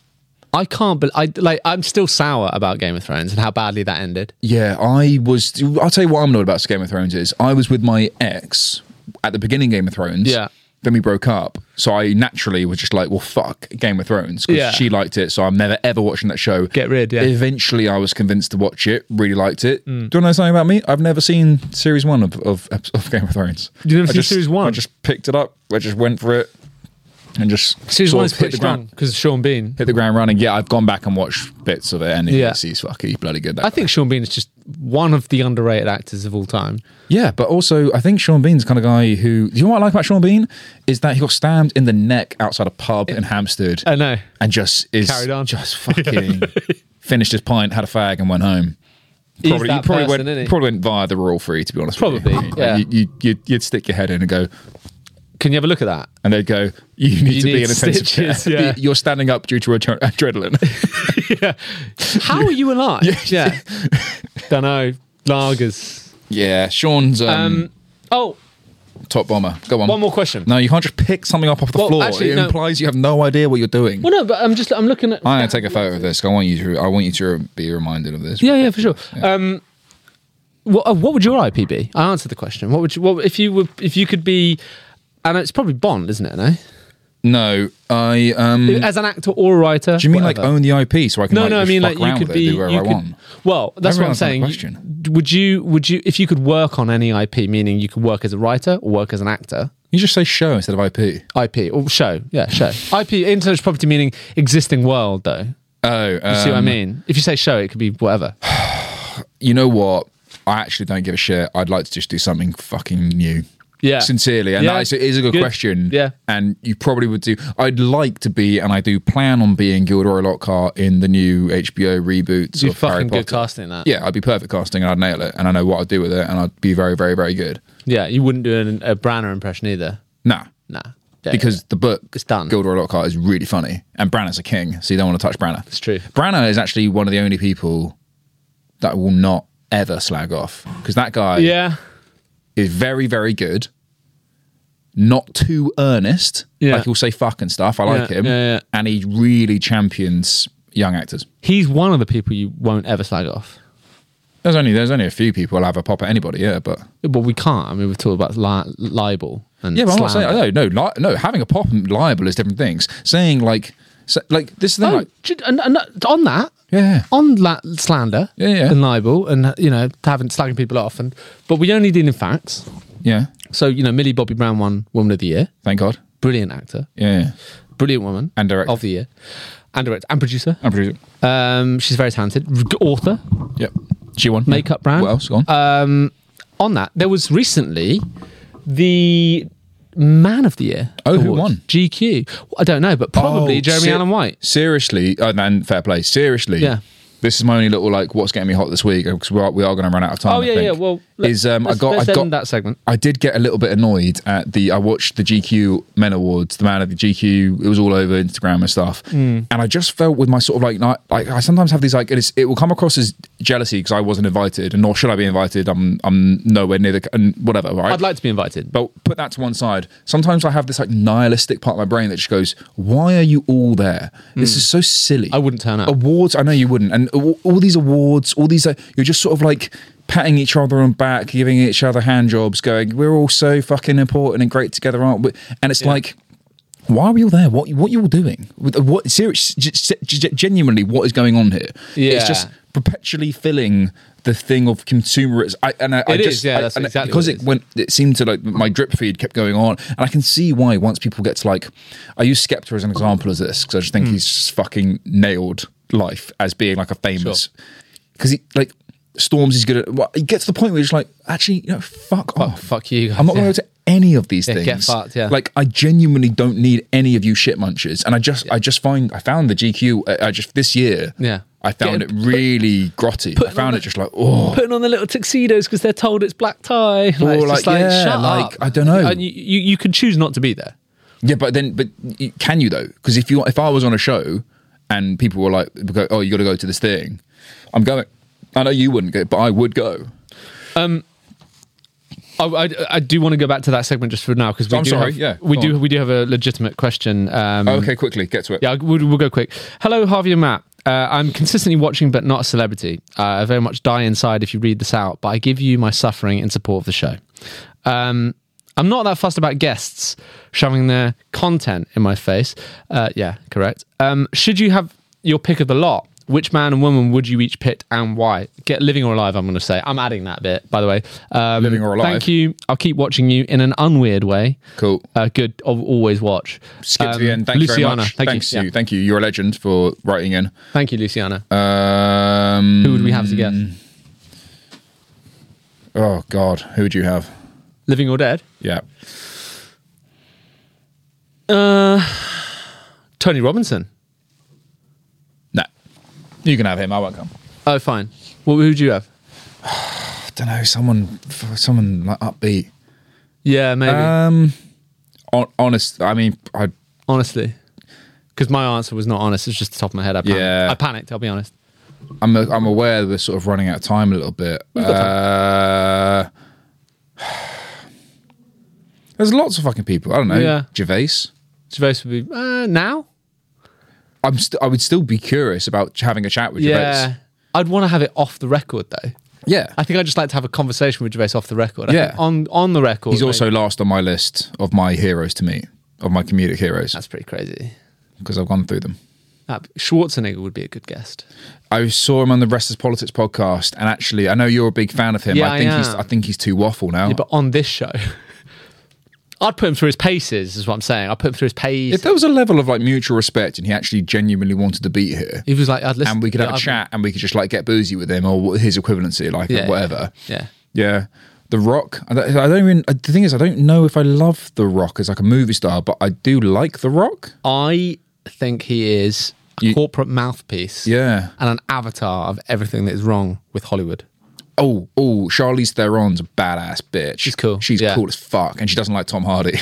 A: I can't. But I like. I'm still sour about Game of Thrones and how badly that ended.
B: Yeah, I was. I'll tell you what I'm annoyed about Game of Thrones is I was with my ex at the beginning of Game of Thrones.
A: Yeah.
B: Then we broke up, so I naturally was just like, "Well, fuck Game of Thrones," because
A: Yeah.
B: she liked it. So I'm never ever watching that show.
A: Get rid, yeah. Mm.
B: Eventually, I was convinced to watch it. Really liked it. Do you want to know something about me? I've never seen series one of of, ep- of Game of Thrones.
A: You've never
B: I
A: seen
B: just-
A: series one?
B: I just picked it up. I just went for it, and just
A: Series
B: sort
A: one
B: of
A: is pretty
B: hit the ground-
A: strong because Sean Bean.
B: Hit the ground running. Yeah, I've gone back and watched bits of it, and
A: Yeah.
B: yeah. he's fucking bloody good. that
A: I think Sean Bean is just one of the underrated actors of all time.
B: Yeah, but also I think Sean Bean's the kind of guy who you know what I like about Sean Bean is that he got stabbed in the neck outside a pub in Hampstead
A: I know.
B: and just is
A: Carried on.
B: just fucking finished his pint, had a fag, and went home.
A: He's
B: Probably,
A: that
B: probably
A: person,
B: went
A: isn't he?
B: probably went via the rule free to be honest. with you.
A: Probably,
B: Like,
A: yeah.
B: you, you, you'd, you'd stick your head in and go,
A: Can you have a look at that?
B: and they'd go, "You need
A: You
B: to
A: need
B: be in a intensive care.
A: stitches, yeah.
B: You're standing up due to adre- adrenaline."
A: How are you alive? yeah. Dunno. Lagers. Hmm.
B: yeah, Sean's um,
A: Um, oh,
B: Top bomber. Go on.
A: One more question.
B: No, you can't just pick something up off the
A: Well,
B: floor.
A: actually,
B: it
A: no.
B: implies you have no idea what you're doing.
A: Well, no, but I'm just I'm looking at.
B: I'm gonna take a photo of this. I want you to. I want you to be reminded of this.
A: yeah, yeah, for sure. Um, what uh, what would your IP be? I answered the question. What would you? What if you were if you could be? And it's probably Bond, isn't it? No,
B: No, I. Um,
A: as an actor or a writer.
B: do you mean
A: whatever.
B: like own the IP so I can?
A: No,
B: like,
A: no, I
B: just
A: mean
B: fuck
A: like you
B: around
A: could
B: with it,
A: be.
B: do whatever
A: you
B: I
A: could-
B: want.
A: Well, that's what I'm
B: Everyone's got a
A: saying. You-
B: question.
A: Would you? Would you? If you could work on any IP, meaning you could work as a writer or work as an actor,
B: You just say show instead of IP.
A: IP or show, yeah, show IP intellectual property, meaning existing world though.
B: Oh, um,
A: See what I mean? If you say show, it could be whatever.
B: You know what? I actually don't give a shit. I'd like to just do something fucking new.
A: Yeah.
B: Sincerely, and
A: Yeah.
B: that is, it is a good,
A: Good.
B: question.
A: Yeah.
B: and you probably would do. I'd like to be, and I do plan on being Gilderoy Lockhart in the new HBO reboots
A: You're
B: of Harry
A: fucking
B: Potter.
A: good casting that.
B: Yeah, I'd be perfect casting, and I'd nail it, and I know what I'd do with it, and I'd be very, very, very good.
A: Yeah, you wouldn't do an, a Branner impression either.
B: Nah,
A: Nah. Yeah,
B: because
A: yeah.
B: the book
A: It's done.
B: Gilderoy Lockhart is really funny, and Branner's a king, so you don't want to touch Branner.
A: It's true.
B: Branner is actually one of the only people that will not ever slag off because that guy
A: Yeah.
B: is very, very good. Not too earnest,
A: Yeah.
B: like he'll say fuck and stuff. I like
A: Yeah,
B: him,
A: yeah, yeah.
B: and he really champions young actors.
A: He's one of the people you won't ever slag off.
B: There's only there's only a few people I'll have a pop at anybody, yeah, but
A: But we can't. I mean, we're talking about li- libel and
B: Yeah, but I'm not
A: slander.
B: saying no, no, li- no. Having a pop and liable is different things. Saying like, sa- like this thing,
A: Oh,
B: like,
A: ju- and, and, on that,
B: yeah,
A: on la- slander
B: Yeah, yeah.
A: and libel and, you know, having slagging people off. and But we only deal in facts.
B: yeah.
A: So, you know, Millie Bobby Brown won Woman of the Year.
B: Thank God,
A: Brilliant actor.
B: yeah. yeah.
A: Brilliant woman.
B: And Oh. director.
A: Of the year. And director. And producer.
B: I'm pretty.
A: Um, she's very talented. G- Author.
B: Yep. She won
A: Makeup brand.
B: What else? Go on.
A: Um, on that, there was recently the Man of the Year.
B: Oh, who
A: Awards,
B: won?
A: GQ. I don't know, but probably
B: Oh,
A: Jeremy
B: se-
A: Allen White.
B: Seriously, oh, man, fair play. Seriously,
A: Yeah.
B: This is my only little like what's getting me hot this week because we are, we are going to run out of time.
A: Oh
B: I
A: yeah,
B: think,
A: yeah. Well, let-
B: is um, I
A: let's-
B: got
A: let's
B: I got
A: end that segment.
B: I did get a little bit annoyed at the. I watched the GQ Men Awards, the man of the GQ. It was all over Instagram and stuff,
A: Mm.
B: and I just felt with my sort of like, not, like I sometimes have these like it, is, it will come across as jealousy because I wasn't invited, and nor should I be invited. I'm I'm nowhere near the and whatever. Right?
A: I'd like to be invited.
B: But put that to one side. Sometimes I have this like nihilistic part of my brain that just goes, "Why are you all there? This is so silly."
A: Hmm. I wouldn't turn up.
B: Awards, I know you wouldn't, and all, all these awards, all these, uh, you're just sort of like patting each other on back, giving each other hand jobs, going, "We're all so fucking important and great together, aren't we?" And it's like. Why are we all there? What what you all doing? What, what serious? g- g- Genuinely, what is going on here?
A: Yeah.
B: It's just perpetually filling the thing of consumerism. I, and I, I
A: It is,
B: just,
A: yeah,
B: I-
A: that's
B: and
A: exactly
B: because
A: what it
B: it
A: is.
B: went it seemed to like my drip feed kept going on and i can see why once people get to like i use skepta as an example as this because i just think
A: Hmm.
B: he's just fucking nailed life as being like a famous because he like storms he's good at well, it gets to the point where he's like actually you know fuck off
A: fuck you guys,
B: i'm not
A: yeah.
B: going to go to any of these
A: Yeah,
B: things
A: get fucked, yeah.
B: like i genuinely don't need any of you shit munchers and i just i just find i found the gq i, I uh, just this year
A: Yeah.
B: i found
A: Get-
B: it really grotty i found it just like oh
A: Putting on the little tuxedos because they're told it's black tie. Like,
B: Or
A: it's
B: like,
A: just like,
B: yeah,
A: shut
B: like,
A: up.
B: I don't know.
A: And you, you, you can choose not to be there.
B: Yeah, but then, but y- can you though? Because if you, if I was on a show and people were like, go, "Oh, you got to go to this thing," I'm going. I know you wouldn't go, but I would go.
A: Mm-hmm. I, I, I do want to go back to that segment just for now because we
B: I'm
A: do
B: sorry,
A: have,
B: yeah,
A: we
B: go
A: do
B: on.
A: we do have a legitimate question. Um,
B: okay, quickly get to it.
A: Yeah, we'll, we'll go quick. Hello, Harvey and Matt. Uh, I'm consistently watching, but not a celebrity. Uh, I very much die inside if you read this out, but I give you my suffering in support of the show. Um, I'm not that fussed about guests shoving their content in my face. Uh, yeah, correct. Um, should you have your pick of the lot? Which man and woman would you each pick and why? Get living or alive, I'm going to say. I'm adding that bit, by the way. Um,
B: Living or alive.
A: Thank you. I'll keep watching you in an unweird way.
B: Cool.
A: Uh, good. I'll always watch.
B: Skip to
A: Um,
B: the end. Thank you very
A: Luciana,
B: much.
A: Thank
B: Thanks
A: you.
B: you.
A: Yeah.
B: Thank you. You're a legend for writing in.
A: Thank you, Luciana.
B: Um,
A: Who would we have to guess?
B: Oh God, who would you have?
A: Living or dead?
B: Yeah.
A: Uh, Tony Robinson.
B: Nah. You can have him. I won't come.
A: Oh, fine. Well, who do you have?
B: I don't know. Someone, someone like upbeat.
A: Yeah, maybe.
B: Um, hon- honest. I mean, I
A: Honestly, because my answer was not honest. It's just the top of my head. I panicked.
B: Yeah.
A: I panicked. I'll be honest.
B: I'm I'm aware we're sort of running out of time a little bit.
A: got
B: Uh, There's lots of fucking people. I don't know.
A: Yeah.
B: Gervais.
A: Gervais would be uh, now.
B: I'm st- I would still be curious about ch- having a chat with
A: Yeah,
B: Gervais.
A: I'd want to have it off the record though.
B: Yeah.
A: I think I'd just like to have a conversation with Gervais off the record. I
B: Yeah.
A: think on on the record.
B: He's also
A: maybe.
B: last on my list of my heroes to meet, of my comedic heroes,
A: that's pretty crazy.
B: because I've gone through them.
A: That, Schwarzenegger would be a good guest.
B: I saw him on the Restless Politics podcast, and actually, I know you're a big fan of him.
A: Yeah,
B: I think
A: I
B: he's
A: am.
B: I think he's too waffle now.
A: Yeah, but on this show, I'd put him through his paces. Is what I'm saying. I would put him through his paces.
B: if there was a level of like mutual respect, and he actually genuinely wanted to be here,
A: he was like, I'd listen.
B: and we could have
A: yeah,
B: a
A: I'd-
B: chat, and we could just like get boozy with him or what his equivalency, like
A: Yeah,
B: or whatever.
A: Yeah.
B: Yeah. The Rock. I don't, I don't even. The thing is, I don't know if I love The Rock as like a movie star, but I do like The Rock.
A: I think he is a
B: You-
A: corporate mouthpiece.
B: Yeah.
A: And an avatar of everything that is wrong with Hollywood.
B: Oh, oh, Charlize Theron's a badass bitch. She's
A: cool,
B: She's
A: yeah.
B: cool as fuck, and she doesn't like Tom Hardy.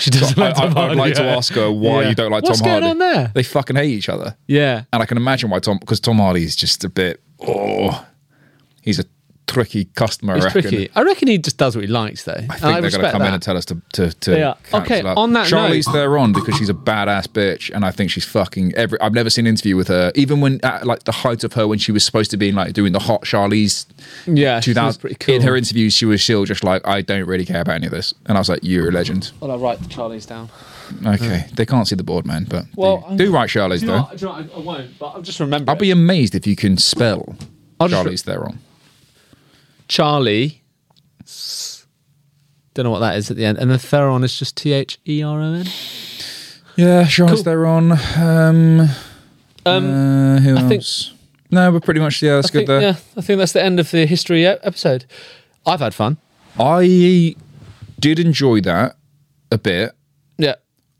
A: She doesn't
B: So
A: like Tom
B: I, I, I'd
A: Hardy,
B: like to
A: yeah.
B: ask her why
A: Yeah.
B: you don't like
A: What's
B: Tom
A: going
B: Hardy.
A: on there?
B: They fucking hate each other,
A: Yeah.
B: and I can imagine why Tom because Tom Hardy is just a bit. Oh, he's a tricky customer. I
A: It's
B: reckon.
A: tricky. I reckon he just does what he likes, though.
B: I think they're going to come in and tell us to to, to
A: Yeah.
B: cancel
A: Okay,
B: up.
A: on that
B: Charlize
A: note-
B: Theron because she's a badass bitch, and I think she's fucking every. I've never seen an interview with her, even when at like the height of her when she was supposed to be like doing the hot Charlize.
A: Yeah, she was
B: 2000
A: pretty cool.
B: in her interviews she was still just like I don't really care about any of this and I was like you're a legend
A: Well, I'll write the Charlie's down.
B: okay they can't see the board man but
A: Well,
B: do, do write Charlize though
A: I, won't, but I'll just remember.
B: I'll be amazed if you can spell
A: I'll just-
B: Charlize Theron
A: Charlie. Don't know what that is at the end. And the Theron is just T H E R O N.
B: yeah Charlize
A: Cool.
B: Theron um,
A: Um,
B: uh, who
A: I think-
B: else no we're pretty much yeah that's
A: I think,
B: good there
A: yeah, I think that's the end of the history e- episode. I've had fun.
B: I did enjoy that a bit
A: Yeah.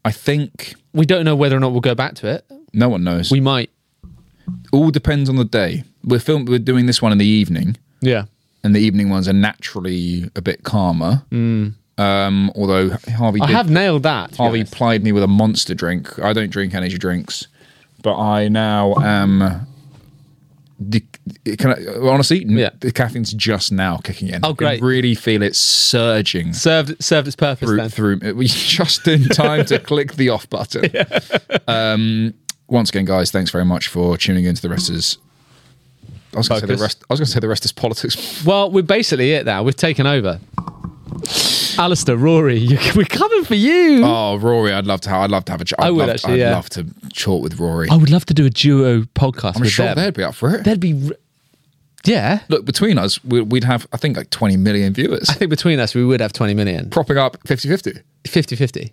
B: I think
A: We don't know whether or not we'll go back to it.
B: no one knows
A: We might.
B: all depends on the day we're film we're doing this one in the evening
A: Yeah.
B: and the evening ones are naturally a bit calmer. Um, although Harvey
A: Hmm. I
B: did,
A: have nailed that. to be
B: Harvey
A: honest.
B: plied me with a monster drink. I don't drink energy drinks, but I now am. The, can I, honestly, n-
A: Yeah.
B: the caffeine's just now kicking in.
A: Oh,
B: I
A: great.
B: can really feel it surging
A: served served its purpose
B: through,
A: then.
B: through it was just in time to click the off button. Um, once again, guys, thanks very much for tuning into the rest is. I was going to say the
A: Focus.
B: rest. I was going to say the rest is politics.
A: Well, we're basically it now. We've taken over. Alistair, Rory, you, we're coming for you.
B: Oh, Rory, I'd love to. Have, I'd love to have a chat. I'd
A: I would
B: love,
A: actually,
B: I'd
A: yeah.
B: love to talk with Rory.
A: I would love to do a duo podcast
B: I'm
A: with
B: sure
A: them.
B: they'd be up for it.
A: They'd be, re- yeah.
B: Look, between us, we, we'd have I think like 20 million viewers.
A: I think between us, we would have 20 million.
B: Propping up 50-50.
A: 50 50.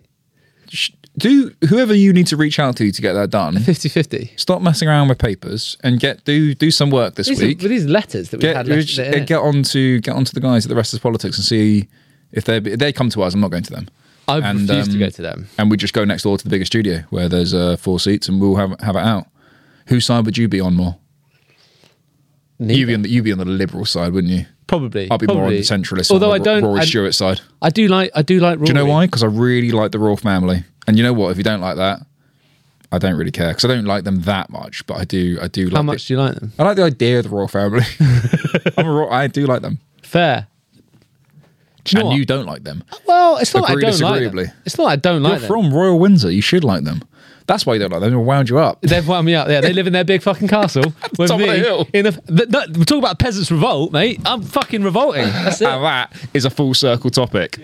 B: Sh- Do whoever you need to reach out to to get that done.
A: 50 50.
B: Stop messing around with papers and get do do some work this
A: These, are-
B: week.
A: but these letters that we
B: get
A: had. Left,
B: uh,
A: there, innit?
B: get on to get on to the guys at the rest of politics and see if they if they come to us. I'm not going to them.
A: I
B: And,
A: refuse to
B: um,
A: go to them.
B: And we just go next door to the bigger studio where there's uh, four seats and we'll have have it out. Whose side would you be on more?
A: Neither.
B: You'd be, on the, you'd be on the liberal side, wouldn't you?
A: probably.
B: I'll be more on
A: probably.
B: the centralist.
A: Although
B: on
A: I
B: the
A: don't.
B: Rory
A: I,
B: Stewart side.
A: I do like. I do like. Rory.
B: Do you know why? Because I really like the royal family, and you know what? If you don't like that, I don't really care because I don't like them that much. But I do. I do. Like
A: How
B: the-
A: much do you like them?
B: I like the idea of the royal family. I'm a royal, I do like them,
A: Fair. Do you know
B: and
A: what?
B: you don't like them.
A: well, it's not.
B: Agree
A: that I don't like
B: disagreeably.
A: them. It's not. that I don't like
B: You're
A: them.
B: from Royal Windsor. You should like them. That's why you don't like them. They wound you up.
A: They've wound me up. Yeah, they live in their big fucking castle. with
B: Top of the
A: me
B: hill.
A: In the, th- th- we're talking about peasants' revolt, mate. I'm fucking revolting. That's it.
B: And that is a full circle topic.